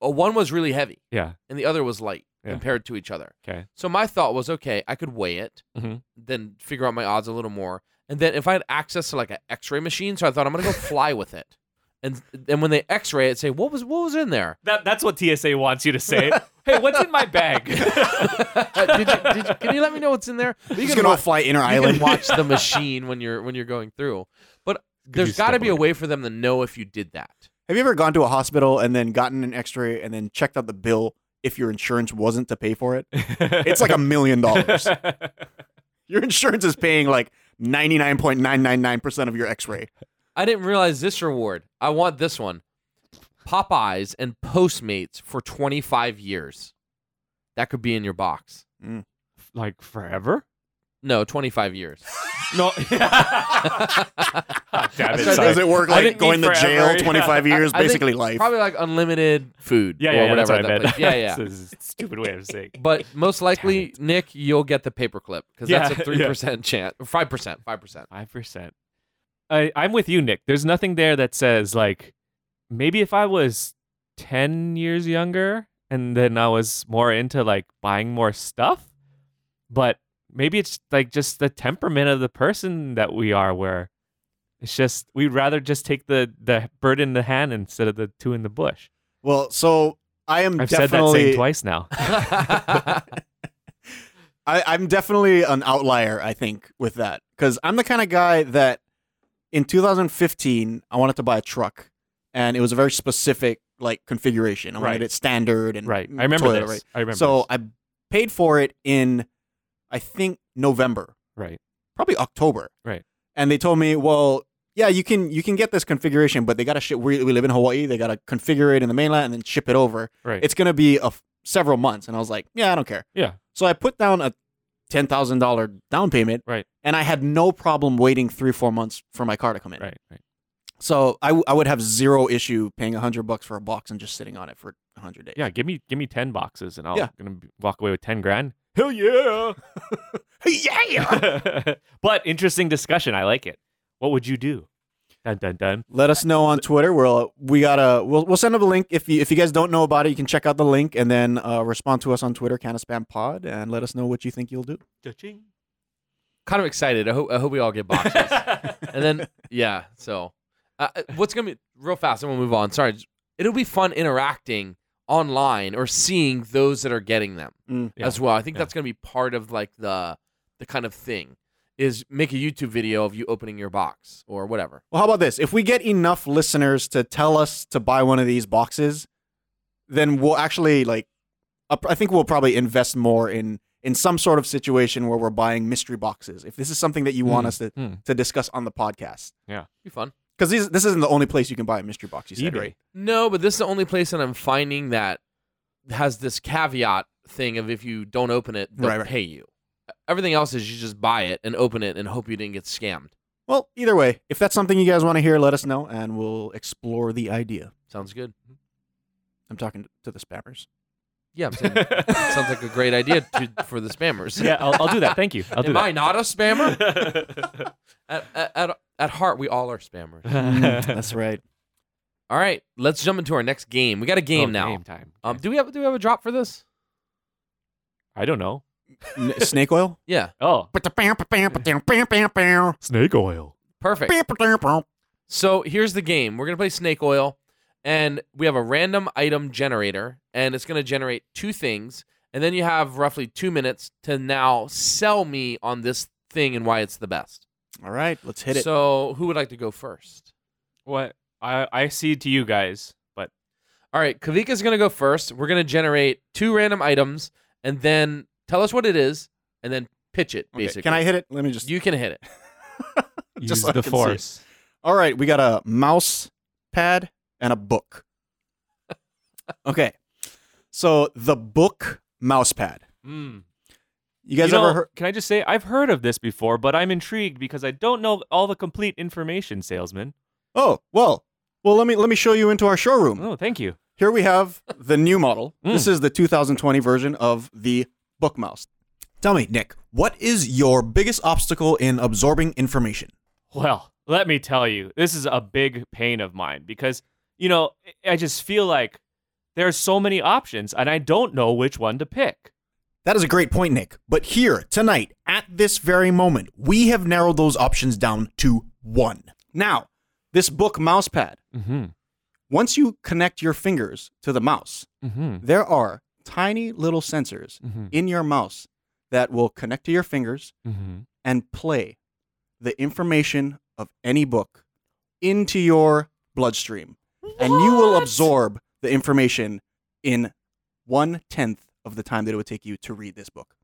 uh, one was really heavy
yeah.
and the other was light
Yeah.
compared to each other
Okay.
so my thought was okay i could weigh it
Mhm.
then figure out my odds a little more and then if i had access to like an x-ray machine so i thought i'm gonna go fly with it and then when they x-ray it say what was what was in there
That, that's what TSA wants you to say. hey, what's in my bag?
Uh, did you, did you, can you let me know what's in there But you
He's
can
gonna
wa-
fly inner
you
island.
can watch the machine when you're when you're going through but there's
you
got to
step
be a
away?
way for them to know if you did that
Have you ever gone to a hospital and then gotten an X-ray and then checked out the bill if your insurance wasn't to pay for it? It's like a million dollars. Your insurance is paying like ninety nine point nine nine nine percent of your X-ray.
I didn't realize this reward. I want this one. Popeyes and Postmates for 25 years. That could be in your box.
like forever.
No, 25 years.
No. Damn
That's
it,
right,
sorry.
Does it work
I
like
didn't
going
mean
to
forever,
jail
yeah.
twenty five years,
I- I think
basically life?
Probably like unlimited food
Yeah,
or
yeah,
whatever.
that's what I
that
meant.
place- yeah, yeah.
This is a stupid way of saying.
But most likely, Nick, you'll get the paperclip because that's
Yeah,
a
yeah.
3% chance. 5%. 5%.
Five percent. I I'm with you, Nick. There's nothing there that says like maybe if I was ten years younger, and then I was more into like buying more stuff. But maybe it's like just the temperament of the person that we are where it's just we'd rather just take the the bird in the hand instead of the two in the bush.
Well, so I am
I've said that
definitely
saying twice now.
I, I'm definitely an outlier, I think, with that. Because I'm the kind of guy that in 2015, I wanted to buy a truck. And it was a very specific like configuration. I
Right.
wanted it standard and
right. I remember
toilet,
this.
right?
I remember.
So I
this.
paid for it in I think November.
right.
probably October.
Right.
And they told me, well, yeah, you can you can get this configuration, but they gotta ship. We, we live in Hawaii. They gotta configure it in the mainland and then ship it over.
Right.
It's gonna be a f- several months. And I was like, yeah, I don't care.
Yeah.
So I put down a ten thousand dollar down payment.
Right.
And I had no problem waiting three four months for my car to come in.
right. Right.
So I, w- I would have zero issue paying a hundred bucks for a box and just sitting on it for a hundred days.
Yeah. Give me give me ten boxes and I'll
Yeah.
gonna be- walk away with ten grand. Hell yeah. yeah. but interesting discussion. I like it. What would you do? Dun dun dun.
Let us know on Twitter. We'll uh, we gotta we'll, we'll send up a link if you if you guys don't know about it, you can check out the link and then uh, respond to us on Twitter, can of spam pod, and let us know what you think you'll do.
Cha-ching.
kind of excited. I hope I hope we all get boxes. and then yeah, so uh, uh, what's gonna be real fast, and we'll move on. Sorry, j- it'll be fun interacting online or seeing those that are getting them
Mm.
Yeah,
as well. I think
yeah.
that's gonna be part of like the the kind of thing is make a YouTube video of you opening your box or whatever.
Well, how about this? If we get enough listeners to tell us to buy one of these boxes, then we'll actually like up- I think we'll probably invest more in in some sort of situation where we're buying mystery boxes. If this is something that you want
Hmm.
us to,
Hmm.
to discuss on the podcast.
Be fun.
Because this isn't the only place you can buy a mystery box, you said,
eBay.
right?
No, but this is the only place that I'm finding that has this caveat thing of if you don't open it, they'll
Right, right.
pay you. Everything else is you just buy it and open it and hope you didn't get scammed.
Well, either way, if that's something you guys want to hear, let us know and we'll explore the idea.
Sounds good.
I'm talking to the spammers.
Yeah, I'm saying, sounds like a great idea to, for the spammers.
Yeah, I'll, I'll do that. Thank you. I'll do
Am I not a spammer?
that.
at, at, at, at heart, we all are spammers.
that's right.
All right, let's jump into our next game. We got a game
Oh,
now.
Game time.
Um, do we have do we have a drop for this?
I don't know.
N- snake oil?
Yeah,
Oh, snake oil.
perfect. So here's the game. We're gonna play Snake Oil, and we have a random item generator, and it's gonna generate two things, and then you have roughly two minutes to now sell me on this thing and why it's the best.
All right, let's hit it.
So who would like to go first?
What? I I see to you guys, but
All right, Kavika's gonna go first. We're gonna generate two random items and then tell us what it is and then pitch it.
Okay,
Basically,
Can I hit it? Let me just.
You can hit it.
Just
use
so I
the
can see it.
force.
All right, we got a mouse pad and a book. okay. So the book mouse pad.
Mm.
You guys
You know,
ever heard?
Can I just say I've heard of this before, but I'm intrigued because I don't know all the complete information, salesman.
Oh, well. Well, let me let me show you into our showroom.
Oh, thank you.
Here we have the new model.
Mm.
This is the 2020 version of the book mouse.
Tell me, Nick, what is your biggest obstacle in absorbing information?
Well, let me tell you, this is a big pain of mine because, you know, I- I just feel like there's so many options and I don't know which one to pick.
That is a great point, Nick. But here, tonight, at this very moment, we have narrowed those options down to one.
Now, this book mouse pad.
Mm-hmm.
Once you connect your fingers to the mouse,
Mm-hmm.
Mm.
there are tiny little sensors
Mm-hmm.
in your mouse that will connect to your fingers
Mm-hmm.
and play the information of any book into your bloodstream. And you will absorb the information in one tenth of the time that it would take you to read this book.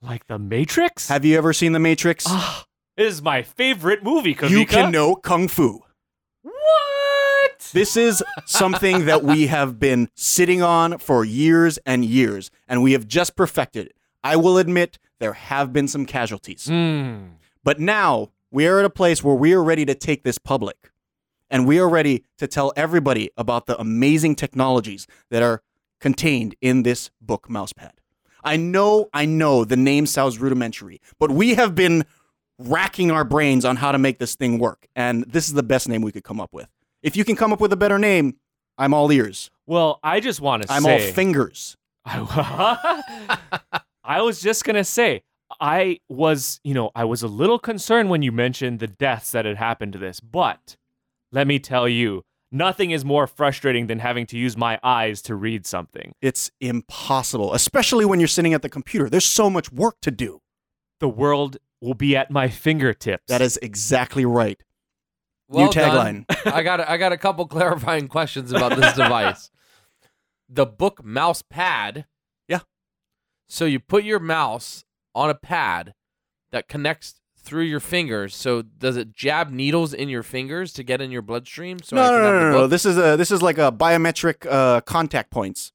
Like the Matrix?
Have you ever seen The Matrix?
Ah, it is my favorite movie. Kavika.
you can know Kung Fu.
What?
This is something that we have been sitting on for years and years, and we have just perfected it. I will admit there have been some casualties,
Mm.
but now we are at a place where we are ready to take this public, and we are ready to tell everybody about the amazing technologies that are contained in this book mousepad. I know, I know the name sounds rudimentary, but we have been racking our brains on how to make this thing work, and this is the best name we could come up with. If you can come up with a better name, I'm all ears.
Well, I just want to say
I'm all fingers.
I, I was just gonna say I was, you know, I was a little concerned when you mentioned the deaths that had happened to this, but let me tell you, nothing is more frustrating than having to use my eyes to read something.
It's impossible, especially when you're sitting at the computer. There's so much work to do.
The world will be at my fingertips.
That is exactly right.
Well
New
done.
tagline.
I got I got a couple clarifying questions about this device. The book mouse pad.
Yeah.
So you put your mouse on a pad that connects through your fingers. So does it jab needles in your fingers to get in your bloodstream? So I
no,
can
no,
have
no,
the
no, no.
book?
This is a this is like a biometric uh, contact points.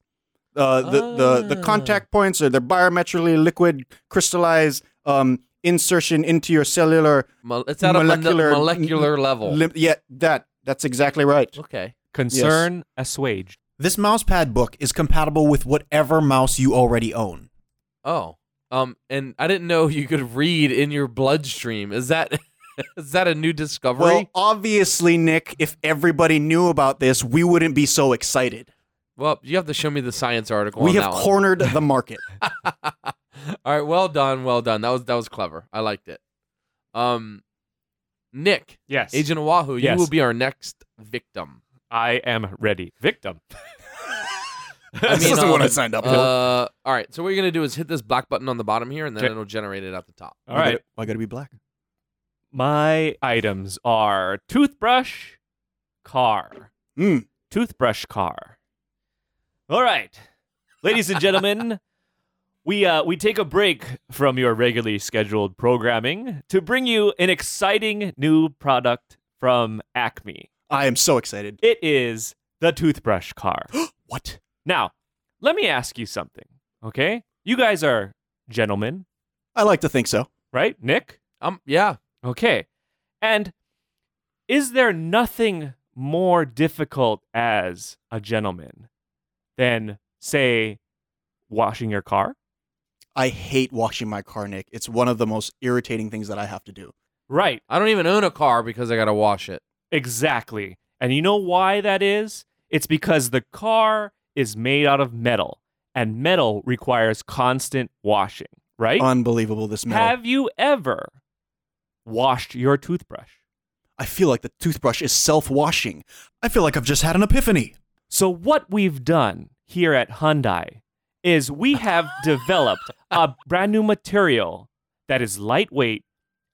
Uh, the, the the
Ah.
contact points are they're biometrically liquid crystallized um, insertion into your cellular
Mo- It's at
molecular-
a mon- molecular level.
lim- yeah that that's exactly right
okay.
Concern assuaged.
This mousepad book is compatible with whatever mouse you already own.
Oh. Um. And I didn't know you could read in your bloodstream. Is that is that a new discovery?
well obviously Nick if everybody knew about this we wouldn't be so excited
Well, you have to show me the science article.
we
on
have
that one.
cornered the market
All right, well done, well done. That was that was clever. I liked it. Um, Nick,
Yes.
Agent Oahu,
Yes.
you will be our next victim.
I am ready. Victim.
this
mean,
is the one I
um,
signed up for
Uh, all right, so what you're gonna do is hit this black button on the bottom here, and then
Okay.
it'll generate it at the top.
All right.
I gotta be black
My items are toothbrush, car.
Mm.
Toothbrush car. All right. Ladies and gentlemen, we uh, we take a break from your regularly scheduled programming to bring you an exciting new product from Acme.
I am so excited
It is the toothbrush car.
what
now, let me ask you something, okay? You guys are gentlemen,
I like to think so
right? Nick?
Um, yeah,
Okay. And is there nothing more difficult as a gentleman than, say, washing your car?
I hate washing my car Nick it's one of the most irritating things that I have to do
Right.
I don't even own a car because I gotta wash it.
Exactly. And you know why that is? It's because the car is made out of metal, and metal requires constant washing, right?
unbelievable this metal
Have you ever washed your toothbrush?
I feel like the toothbrush is self washing
I feel like I've just had an epiphany.
So what we've done here at Hyundai is we have developed a brand new material that is lightweight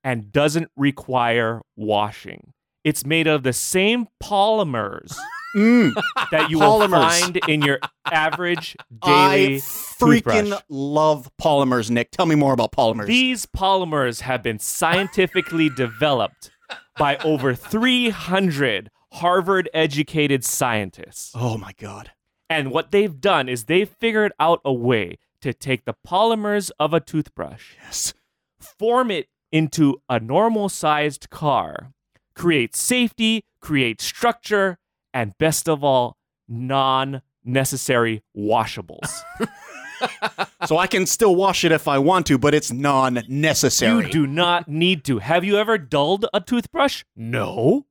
and doesn't require washing. It's made of the same polymers
mm.
that you will
Polymers.
find in your average daily
I freaking
toothbrush.
love polymers, Nick. Tell me more about polymers.
These polymers have been scientifically developed by over 300 Harvard educated scientists.
oh my god.
And what they've done is they've figured out a way to take the polymers of a toothbrush,
Yes.
form it into a normal sized car, create safety, create structure, and best of all, non necessary washables.
So I can still wash it if I want to, but it's
you
non-necessary.
do not need to. Have you ever dulled a toothbrush? No.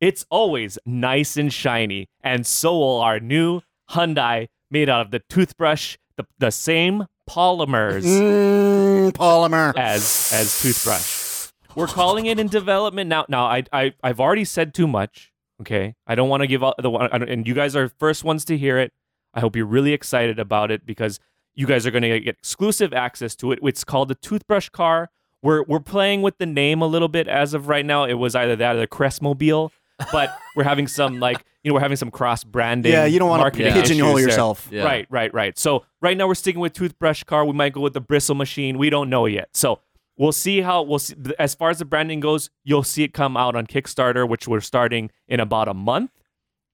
It's always nice and shiny, and so will our new Hyundai made out of the toothbrush, the, the same polymers.
Mm, polymer.
as as toothbrush. We're calling it in development now. Now I I I've already said too much. Okay, I don't want to give all the one, I don't- and you guys are first ones to hear it. I hope you're really excited about it because you guys are going to get exclusive access to it. It's called the Toothbrush Car. We're we're playing with the name a little bit as of right now. It was either that or the Crestmobile, but we're having some like you know we're having some cross branding.
Yeah, you don't want to pigeonhole yourself.
Yeah.
Right, right, right. So right now we're sticking with toothbrush car. We might go with the bristle machine. We don't know yet. So we'll see how we'll see as far as the branding goes. You'll see it come out on Kickstarter, which we're starting in about a month,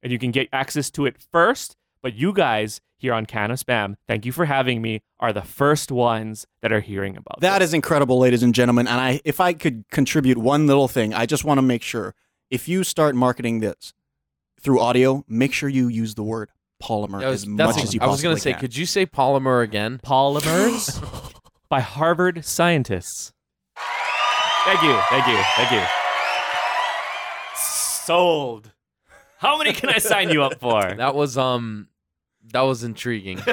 and you can get access to it first. But you guys here on Can of Spam, thank you for having me. Are the first ones that are hearing about
That
this.
is incredible, ladies and gentlemen. And I, if I could contribute one little thing, I just want to make sure if you start marketing this through audio, make sure you use the word polymer
That was-
as
that's-
much as you
I
possibly
was gonna say,
can.
could you say polymer again?
polymers by Harvard scientists. Thank you, thank you, thank you. Sold. How many can I sign you up for?
That was um, that was intriguing.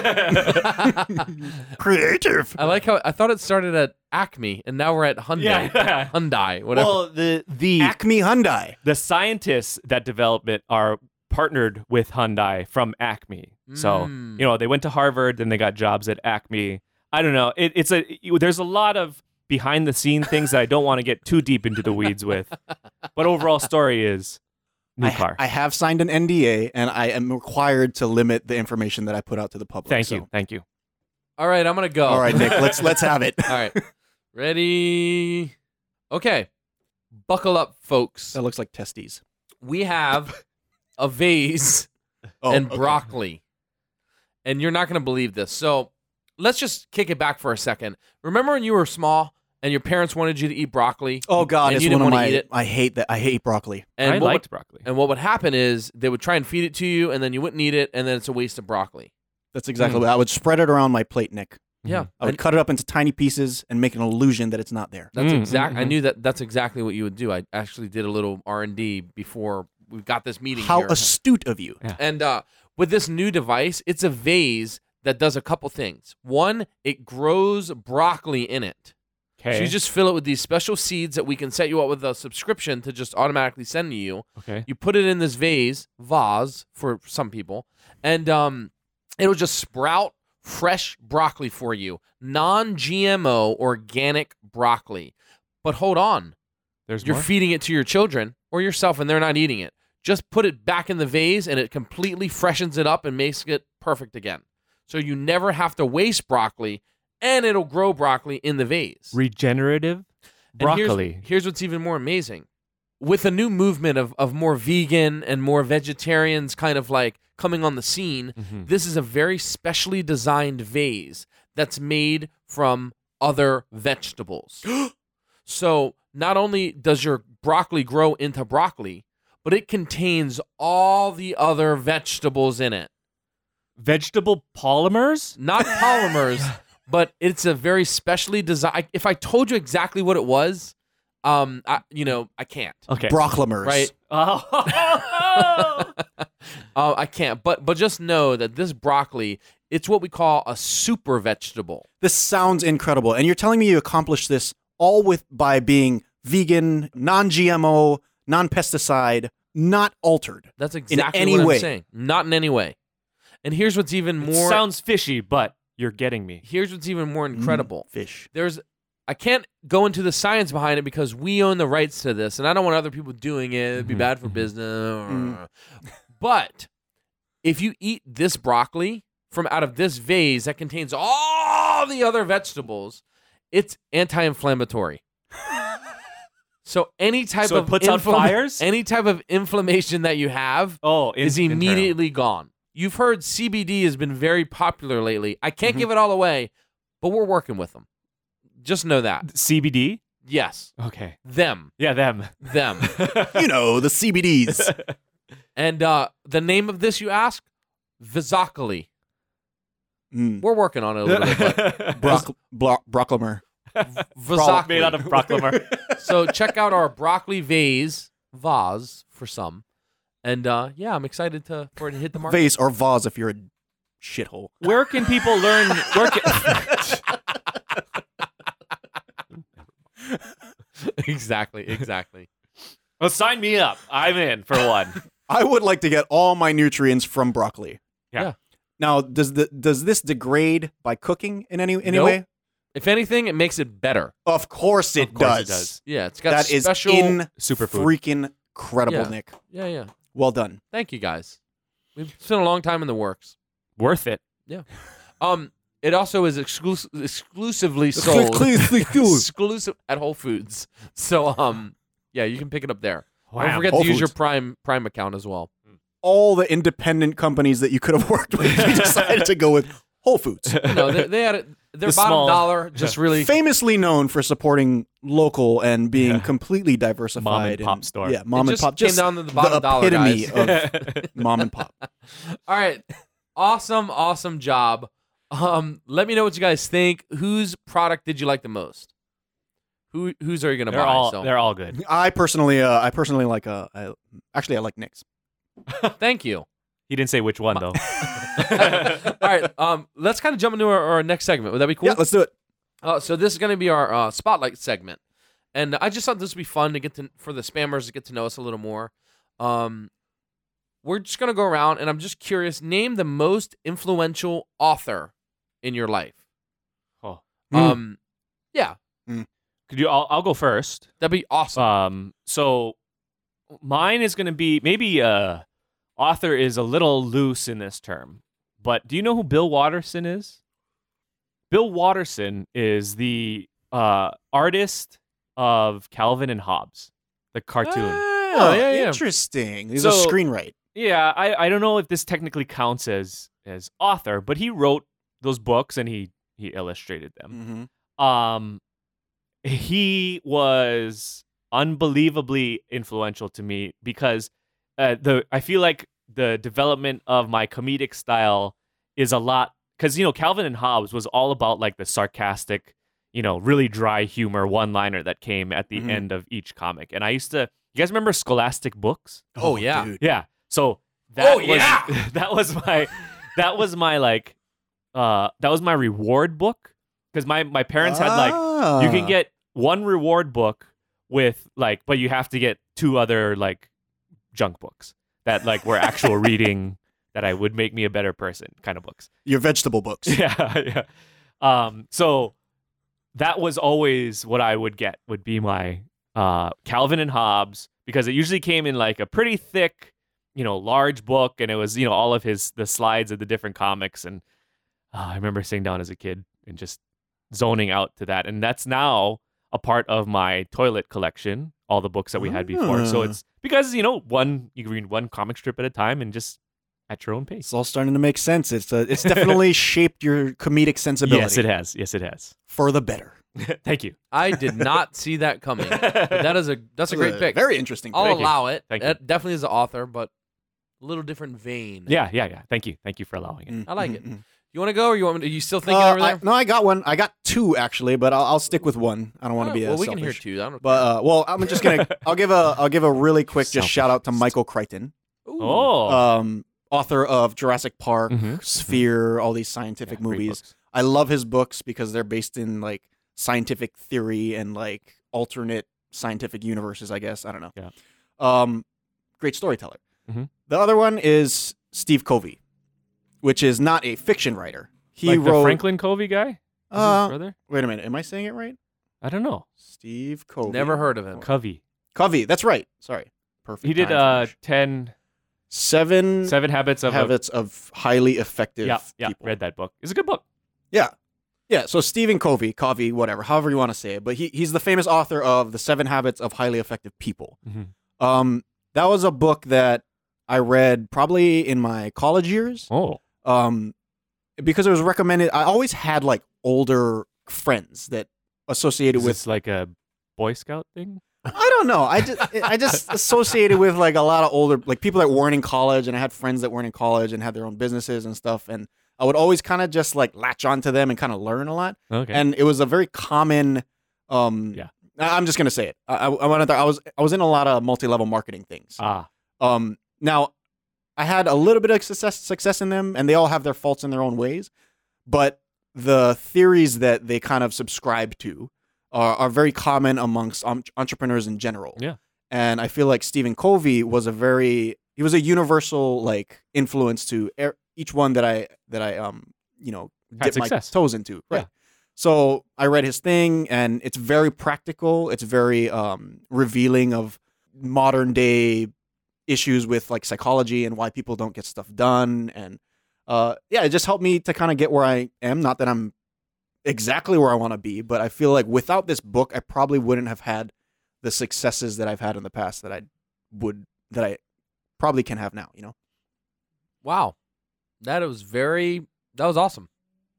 I
Creative.
like how I thought it started at Acme, and now we're at Hyundai.
yeah.
Hyundai, whatever.
well, the the
Acme Hyundai.
the scientists that develop it are partnered with Hyundai from Acme. So
Mm.
you know they went to Harvard, then they got jobs at Acme. I don't know. It, it's a you- there's a lot of behind the scene things that I don't want to get too deep into the weeds with. But overall story is new
I,
car.
I have signed an NDA and I am required to limit the information that I put out to the public.
thank
so-
you, thank you.
All right, I'm gonna go.
All right, Nick, let's let's have it.
All right, ready? Okay, buckle up, folks.
That looks like testes.
We have a vase
Oh,
and
okay.
broccoli, and you're not gonna believe this. So let's just kick it back for a second. Remember when you were small and your parents wanted you to eat broccoli?
Oh god,
And
it's
you
one
didn't
of
wanna
my.
eat it?
I hate that. I hate broccoli.
And
I
what
liked broccoli.
would, and what would happen is they would try and feed it to you, and then you wouldn't eat it, and then it's a waste of broccoli.
That's
Hmm.
exactly what I would spread it around my plate, Nick.
Yeah,
I would
And
cut it up into tiny pieces and make an illusion that it's not there.
that's
Mm,
exact. I
mhm.
knew that that's exactly what you would do. I actually did a little R and D before we got this meeting.
How
here.
astute of you.
And uh, with this new device, it's a vase that does a couple things. One, it grows broccoli in it. So
Okay.
you just fill it with these special seeds that we can set you up with a subscription to just automatically send to you.
okay.
You put it in this vase, vase for some people, and um, it'll just sprout fresh broccoli for you, non-GMO organic broccoli. But hold on,
There's
you're
more.
feeding it to your children or yourself and they're not eating it. Just put it back in the vase and it completely freshens it up and makes it perfect again. So you never have to waste broccoli and it'll grow broccoli in the vase.
Regenerative
And here's-
broccoli.
Here's, what's even more amazing. With a new movement of, of more vegan and more vegetarians kind of like coming on the scene,
Mhm.
this is a very specially designed vase that's made from other vegetables. so not only does your broccoli grow into broccoli, but it contains all the other vegetables in it.
Vegetable polymers.
Not polymers, but it's a very specially designed. If I told you exactly what it was, um, I, you know, I can't.
Okay.
Brocklomers.
Right?
Oh.
Uh, I can't. But but just know that this broccoli, it's what we call a super vegetable.
This sounds incredible. And you're telling me you accomplished this all with by being vegan, non-GMO, non-pesticide, not altered.
That's exactly
any
what
way.
I'm saying. Not in any way. And here's what's even
It
more
sounds fishy, but you're getting me.
here's what's even more
Mm-hmm.
incredible.
Mm, Fish.
There's I can't go into the science behind it because we own the rights to this and I don't want other people doing it. It'd be
Mhm.
bad for
Mhm.
business. but if you eat this broccoli from out of this vase that contains all the other vegetables, it's anti-inflammatory. so any type
So it
of
puts out
inflam-
fires?
any type of inflammation that you have
Oh, in-
is
internal.
immediately gone. You've heard CBD has been very popular lately. I can't
Mm-hmm.
give it all away, but we're working with them. Just know that.
CBD.
Yes,
Okay.
them,
Yeah, them.
them.
you know, the CBDs.
and uh, the name of this, you ask? Visoccoli.
Mm.
We're working on it a little bit. but
Brock, blo- Brocklomer.
Visoccoli.
made out of broccoli.
so check out our broccoli vase, vase for some. And uh, yeah, I'm excited to for it to hit the market.
Vase or vase if you're a shithole.
Where can people learn? Where can,
exactly, exactly.
well, sign me up. I'm in for one.
I would like to get all my nutrients from broccoli.
Yeah.
Yeah.
Now, does the does this degrade by cooking in any any
Nope.
way?
If anything, it makes it better.
Of course it
Of course
does.
it does.
Yeah, it's got
That is
special
in
Superfood.
freaking credible,
Yeah.
Nick.
Yeah, yeah.
Well done.
Thank you guys. We've spent a long time in the works.
Worth it.
Um, it also is exclus- exclusively sold exclusive at Whole Foods. So um, yeah, you can pick it up there. Don't forget
Whole
to use your
Foods.
Prime Prime account as well.
All the independent companies that you could have worked with, you decided to go with Whole Foods,
No, they, they had it. Their
The
bottom
small-
dollar just really
famously known for supporting local and being
Yeah.
completely diversified.
Mom and pop store.
Yeah, mom
it
and
just
pop.
came
Just
down to the bottom dollar,
epitome
guys.
of mom and pop.
All right. Awesome, awesome job. Um, let me know what you guys think. Whose product did you like the most? Who whose are you gonna
They're
buy?
all
so
they're all good.
I personally, uh, I personally like. Uh, I, actually, I like Nick's.
Thank you.
He didn't say which one though.
All right, um, let's kind of jump into our, our next segment. Would that be cool?
Yeah, let's do it.
Uh, so this is going to be our uh, spotlight segment, and I just thought this would be fun to get to for the spammers to get to know us a little more. Um, we're just going to go around, and I'm just curious. Name the most influential author in your life.
Oh.
Um, yeah,
Could you? I'll, I'll go first.
that'd be awesome.
Um, so mine is going to be maybe uh, author is a little loose in this term, but do you know who Bill Watterson is? Bill Watterson is the uh, artist of Calvin and Hobbes, the cartoon.
Oh, yeah, yeah.
Interesting. He's
So-
a screenwriter.
Yeah, I, I don't know if this technically counts as as author, but he wrote those books and he he illustrated them.
Mm-hmm.
um he was unbelievably influential to me because uh, the I feel like the development of my comedic style is a lot cuz you know Calvin and Hobbes was all about like the sarcastic, you know, really dry humor one-liner that came at the
Mm-hmm.
Mhm.
end of each comic. And I used to You guys remember Scholastic books?
Oh, yeah.
Yeah. So that
Oh,
was
yeah!
that was my that was my like uh that was my reward book cuz my my parents had like you
Ah.
can get one reward book with like but you have to get two other like junk books that like were actual reading that I would make me a better person kind of books.
your vegetable books.
Yeah, yeah. Um, so that was always what I would get would be my uh, Calvin and Hobbes because it usually came in like a pretty thick, you know, large book, and it was you know all of his the slides of the different comics, and uh, I remember sitting down as a kid and just zoning out to that, and that's now a part of my toilet collection. All the books that we had before, so
Ah.
it's because you know one you read one comic strip at a time and just at your own pace.
It's all starting to make sense. It's uh it's definitely shaped your comedic sensibility
Yes, it has. Yes, it has.
for the better.
Thank you.
I did not see that coming. But that is a that's a great pick.
Very interesting.
I'll
pick.
you.
allow it.
Thank you.
that definitely is an author, but a little different vein.
Yeah, yeah, yeah. Thank you. Thank you for allowing it.
I like it.
Mm-mm-mm.
You want to go, or you want? Me to, you still thinking
Mm-hmm. Uh,
over there?
I- no, I got one. I got two actually, but I'll, I'll stick with one. I don't want to be.
Oh, Well,
a
we
selfish.
can hear two. I don't.
But uh, well, I'm just gonna. I'll give a. I'll give a really quick just
Selfish.
shout out to Michael Crichton,
Ooh.
Oh.
um, author of Jurassic Park,
Mm-hmm.
Mhm.
Sphere, all these scientific
Yeah, great
movies.
books.
I love his books because they're based in like scientific theory and like alternate scientific universes. I guess I don't know.
Yeah.
Um, great storyteller.
Mhm.
The other one is Steve Covey, which is not a fiction writer. He
like the
wrote.
Franklin Covey guy? Is his
uh,
brother?
wait a minute. Am I saying it right?
I don't know.
Steve Covey.
Never heard
Oh,
of him.
Covey.
Covey. That's right. Sorry. Perfect.
He did
time
uh
finish.
10
seven,
Seven Habits of a-
habits of highly effective
Yeah, yeah.
people.
Read that book. It's a good book.
Yeah. Yeah. So Stephen Covey, Covey, whatever, however you want to say it, but he, he's the famous author of The Seven Habits of Highly Effective People.
Mhm.
Um, that was a book that I read probably in my college years.
Oh.
Um, because it was recommended. I always had like older friends that associated
Is
with
this like a Boy Scout thing?
I don't know. I just I just associated with like a lot of older like people that weren't in college, and I had friends that weren't in college and had their own businesses and stuff. And I would always kind of just like latch onto them and kind of learn a lot.
Okay.
And it was a very common. Um,
Yeah.
I- I'm just gonna say it. I I, I wanted to- I was I was in a lot of multi level marketing things.
ah.
Um, now, I had a little bit of success success in them, and they all have their faults in their own ways. But the theories that they kind of subscribe to are, are very common amongst um, entrepreneurs in general.
Yeah.
And I feel like Stephen Covey was a very he was a universal like influence to er- each one that I that I um you know dip
Had success.
my toes into. Right.
Yeah.
So I read his thing, and it's very practical. It's very um, revealing of modern day issues with like psychology and why people don't get stuff done and uh yeah it just helped me to kind of get where i am not that i'm exactly where i want to be but i feel like without this book i probably wouldn't have had the successes that i've had in the past that i would that i probably can have now you know
Wow, that was very. That was awesome.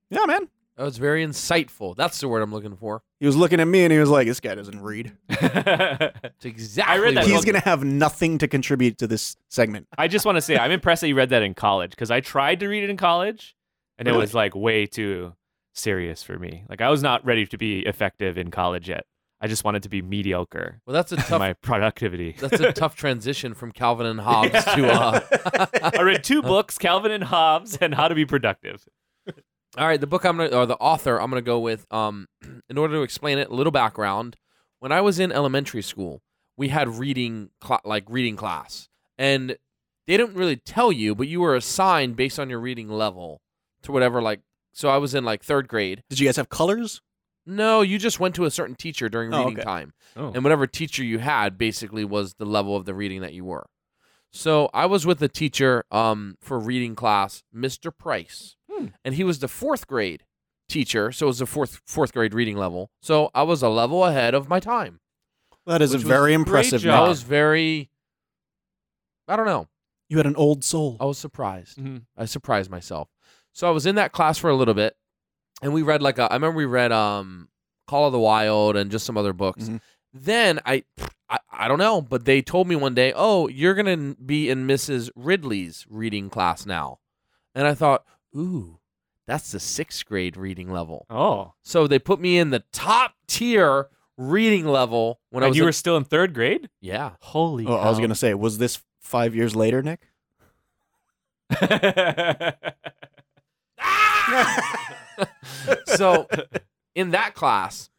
yeah man
That was very insightful. That's the word I'm looking for.
he was looking at me and he was like this guy doesn't read
It's exactly.
read that
what-
he's gonna have nothing to contribute to this segment
I just want to say I'm impressed that you read that in college because I tried to read it in college and it
Really?
was like way too serious for me. Like I was not ready to be effective in college yet. I just wanted to be mediocre
Well, that's a
in
tough.
my productivity.
that's a tough transition from Calvin and Hobbes to. Uh,
I read two books, Calvin and Hobbes, and How to Be Productive.
all right, the book I'm gonna, or the author I'm gonna go with. Um, in order to explain it, a little background. When I was in elementary school, we had reading cla like reading class, and they didn't really tell you, but you were assigned based on your reading level to whatever. Like, so I was in like third grade.
Did you guys have colors?
No, you just went to a certain teacher during
Oh,
reading
okay.
time.
Oh.
And whatever teacher you had basically was the level of the reading that you were. So I was with a teacher um, for reading class, Mr. Price.
Hmm.
And he was the fourth grade teacher. So it was the fourth fourth grade reading level. So I was a level ahead of my time.
That is
Which
a
was
very
great
impressive.
job.
I
name.
was very I don't know.
you had an old soul.
I was surprised.
Mhm.
I surprised myself. So I was in that class for a little bit, and we read like a, I remember we read um Call of the Wild and just some other books.
Mm-hmm.
Mhm.
Then I, I I don't know, but they told me one day, oh, you're gonna n- be in Mrs. Ridley's reading class now, and I thought, ooh, that's the sixth grade reading level.
Oh.
So they put me in the top tier reading level when I
and
was
you
in-
were still in third grade?
yeah.
Holy
Oh, I was gonna say, was this five years later, Nick?
gonna
so in that class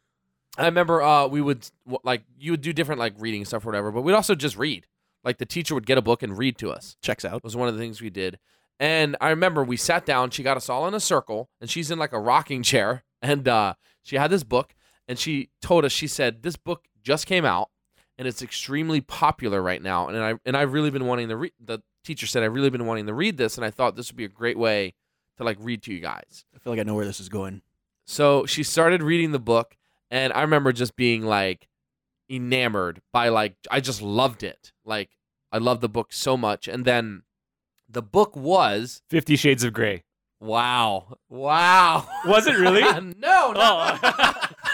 i remember uh, we would w- like you would do different like reading stuff or whatever but we'd also just read like the teacher would get a book and read to us
Checks out.
was one of the things we did and i remember we sat down she got us all in a circle and she's in like a rocking chair and uh, she had this book and she told us she said this book just came out and it's extremely popular right now and i and i've really been wanting to read the teacher said i've really been wanting to read this and i thought this would be a great way to like read to you guys
I feel like I know where this is going.
so she started reading the book, and I remember just being like enamored by like I just loved it. Like I loved the book so much. And then the book was
Fifty Shades of Grey.
wow, wow.
Was it really?
no, no.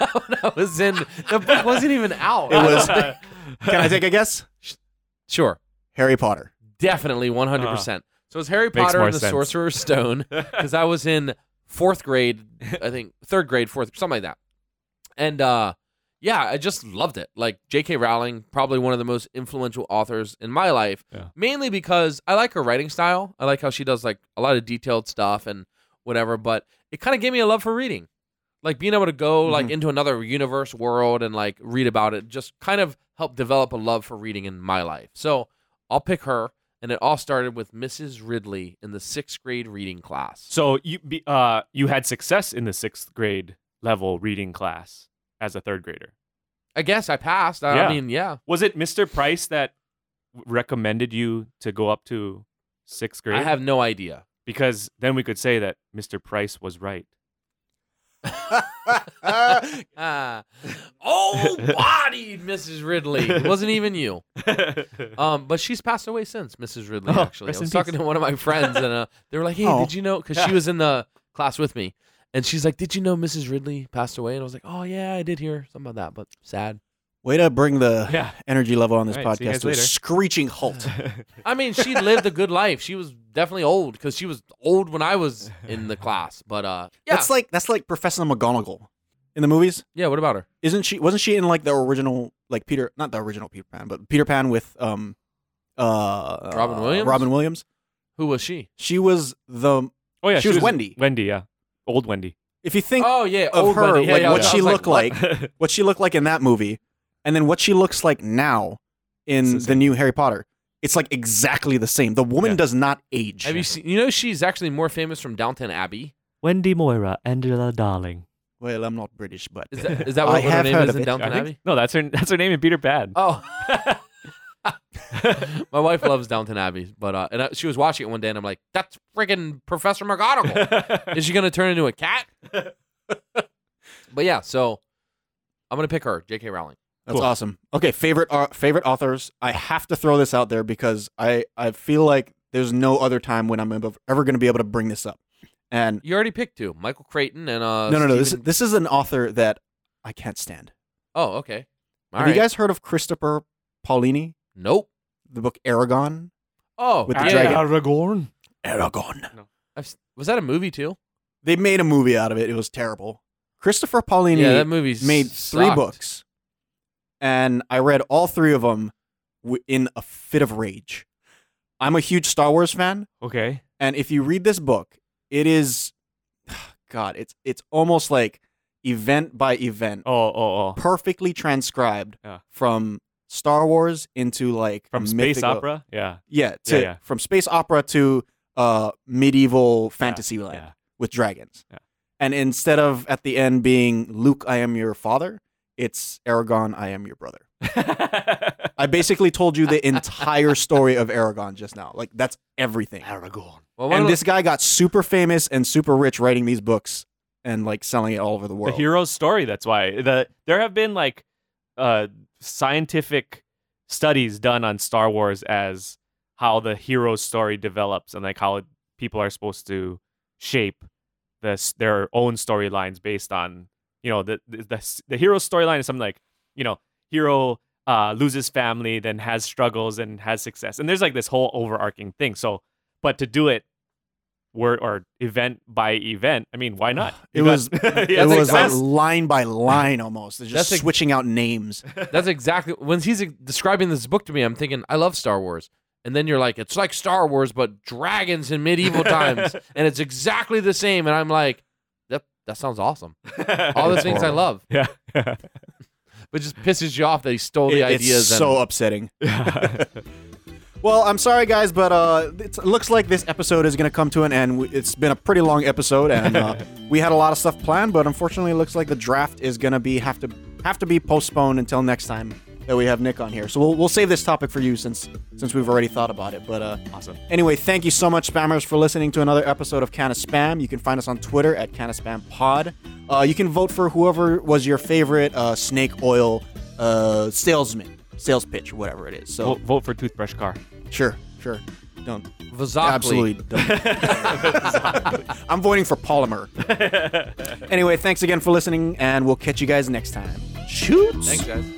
Oh.
when I was in the book wasn't even out.
It was- Can I take a guess?
sure,
Harry Potter.
definitely one hundred percent.
Uh-huh.
So it was Harry
Makes
Potter
more
and the
sense.
Sorcerer's Stone. because I was in fourth grade, I think third grade, fourth, something like that. And uh, yeah, I just loved it. Like J.K. Rowling, probably one of the most influential authors in my life,
Yeah.
mainly because I like her writing style. I like how she does like a lot of detailed stuff and whatever. But it kind of gave me a love for reading, like being able to go like into another universe world and like read about it. Just kind of helped develop a love for reading in my life. So I'll pick her. And it all started with Mrs. Ridley in the sixth grade reading class.
so you be, uh you had success in the sixth grade level reading class as a third grader.
I guess I passed. I, I
Yeah.
mean, yeah.
Was it Mr. Price that w- recommended you to go up to sixth grade?
I have no idea.
because then we could say that Mr. Price was right.
Ah. oh, bodied Mrs. Ridley. It wasn't even you. Um, but she's passed away since Mrs. Ridley.
Oh,
actually, I
rest
was
in
talking
peace.
to one of my friends, and uh, they were like, "Hey,
Oh.
did you know?" Because she was in the class with me, and she's like, "Did you know Mrs. Ridley passed away?" And I was like, "Oh yeah, I did hear something about that, but sad."
Way to bring the
yeah.
energy level on this
All right, see you
podcast
guys
to a
later.
screeching halt.
I mean, she lived a good life. She was definitely old because she was old when I was in the class. But uh, yeah,
That's like that's like Professor McGonagall in the movies.
yeah. What about her?
Isn't she? Wasn't she in like the original like Peter? Not the original Peter Pan, but Peter Pan with um, uh,
Robin
uh,
Williams?
Robin Williams.
Who was she?
She was the.
Oh yeah,
She was Wendy.
Wendy, yeah, old Wendy.
If you think
oh yeah,
of
old
her,
Wendy. Yeah,
like
yeah,
what
yeah. I
she
was
looked
what?
like, what she looked like in that movie, and then what she looks like now in
It's
the,
the same.
new Harry Potter. It's like exactly the same. The woman
Yeah.
does not age.
Have you seen? You know, she's actually more famous from Downton Abbey.
Wendy Moira, Angela Darling.
well, I'm not British, but
Is that, is that
I
what, what her
have
name
heard
is
of
in
it.
Downton Abbey?
no, that's her. That's her name in Peter Pan.
Oh, my wife loves Downton Abbey, but uh, and I, she was watching it one day, and I'm like, that's friggin' Professor McGonagall. is she gonna turn into a cat? but yeah, so I'm gonna pick her, J.K. Rowling.
That's
Cool.
awesome. Okay, favorite au- favorite authors. I have to throw this out there because I I feel like there's no other time when I'm ever, ever going to be able to bring this up. And
You already picked two, Michael Creighton and uh.
no, no, no. This
Stephen-
this is an author that I can't stand.
oh, okay. All
have
right.
you guys heard of Christopher Paolini?
Nope.
The book Aragon.
Oh,
With the
yeah.
dragon.
Aragorn.
Aragon.
I've s- was that a movie too?
They made a movie out of it. It was terrible. Christopher Paolini
yeah, that movie's
made three books. and I read all three of them w- in a fit of rage. I'm a huge Star Wars fan,
Okay.
and if you read this book, it is God, it's it's almost like event by event,
Oh, oh, oh.
perfectly transcribed
Yeah.
from Star Wars into like
From
a
space
mythical-
opera. Yeah.
yeah, to
Yeah, yeah.
from space opera to uh medieval fantasy land
Yeah.
with dragons.
Yeah.
And instead of at the end being Luke, I am your father, it's Aragon, I am your brother. I basically told you the entire story of Aragon just now. Like that's everything. Aragon.
Well, one
And
of the-
this guy got super famous and super rich writing these books and like selling it all over the
the
world.
hero's story. That's why the there have been like uh, scientific studies done on Star Wars as how the hero's story develops and like how it, people are supposed to shape this their own storylines based on you know the the the, the hero storyline is something like you know hero uh, loses family then has struggles and has success and there's like this whole overarching thing so but to do it word or event by event i mean why not
It
You got-
was-
Yeah,
it
that's
was like
exact-
line by line almost. It's just
That's ex-
switching out names.
That's exactly when he's describing this book to me. I'm thinking, I love Star Wars, and then you're like, it's like Star Wars, but dragons in medieval times, and it's exactly the same. And I'm like, that that sounds awesome. All the things I love,
yeah
but it just pisses you off that he stole the
It-
ideas.
it's so
and,
upsetting. Well, I'm sorry, guys, but uh, it looks like this episode is going to come to an end. We- It's been a pretty long episode, and uh, we had a lot of stuff planned, but unfortunately, it looks like the draft is going to be have to have to be postponed until next time that we have Nick on here. So we'll, we'll save this topic for you since since we've already thought about it. But uh,
Awesome.
Anyway, thank you so much, spammers, for listening to another episode of Can of Spam. You can find us on Twitter at Can of Spam Pod. Uh, you can vote for whoever was your favorite uh, snake oil uh, salesman, sales pitch, whatever it is. So
vote, vote for toothbrush car
Sure, sure. Don't.
Vazocli.
Absolutely don't. I'm voting for polymer. anyway, thanks again for listening, and we'll catch you guys next time. Shoots.
Thanks, guys.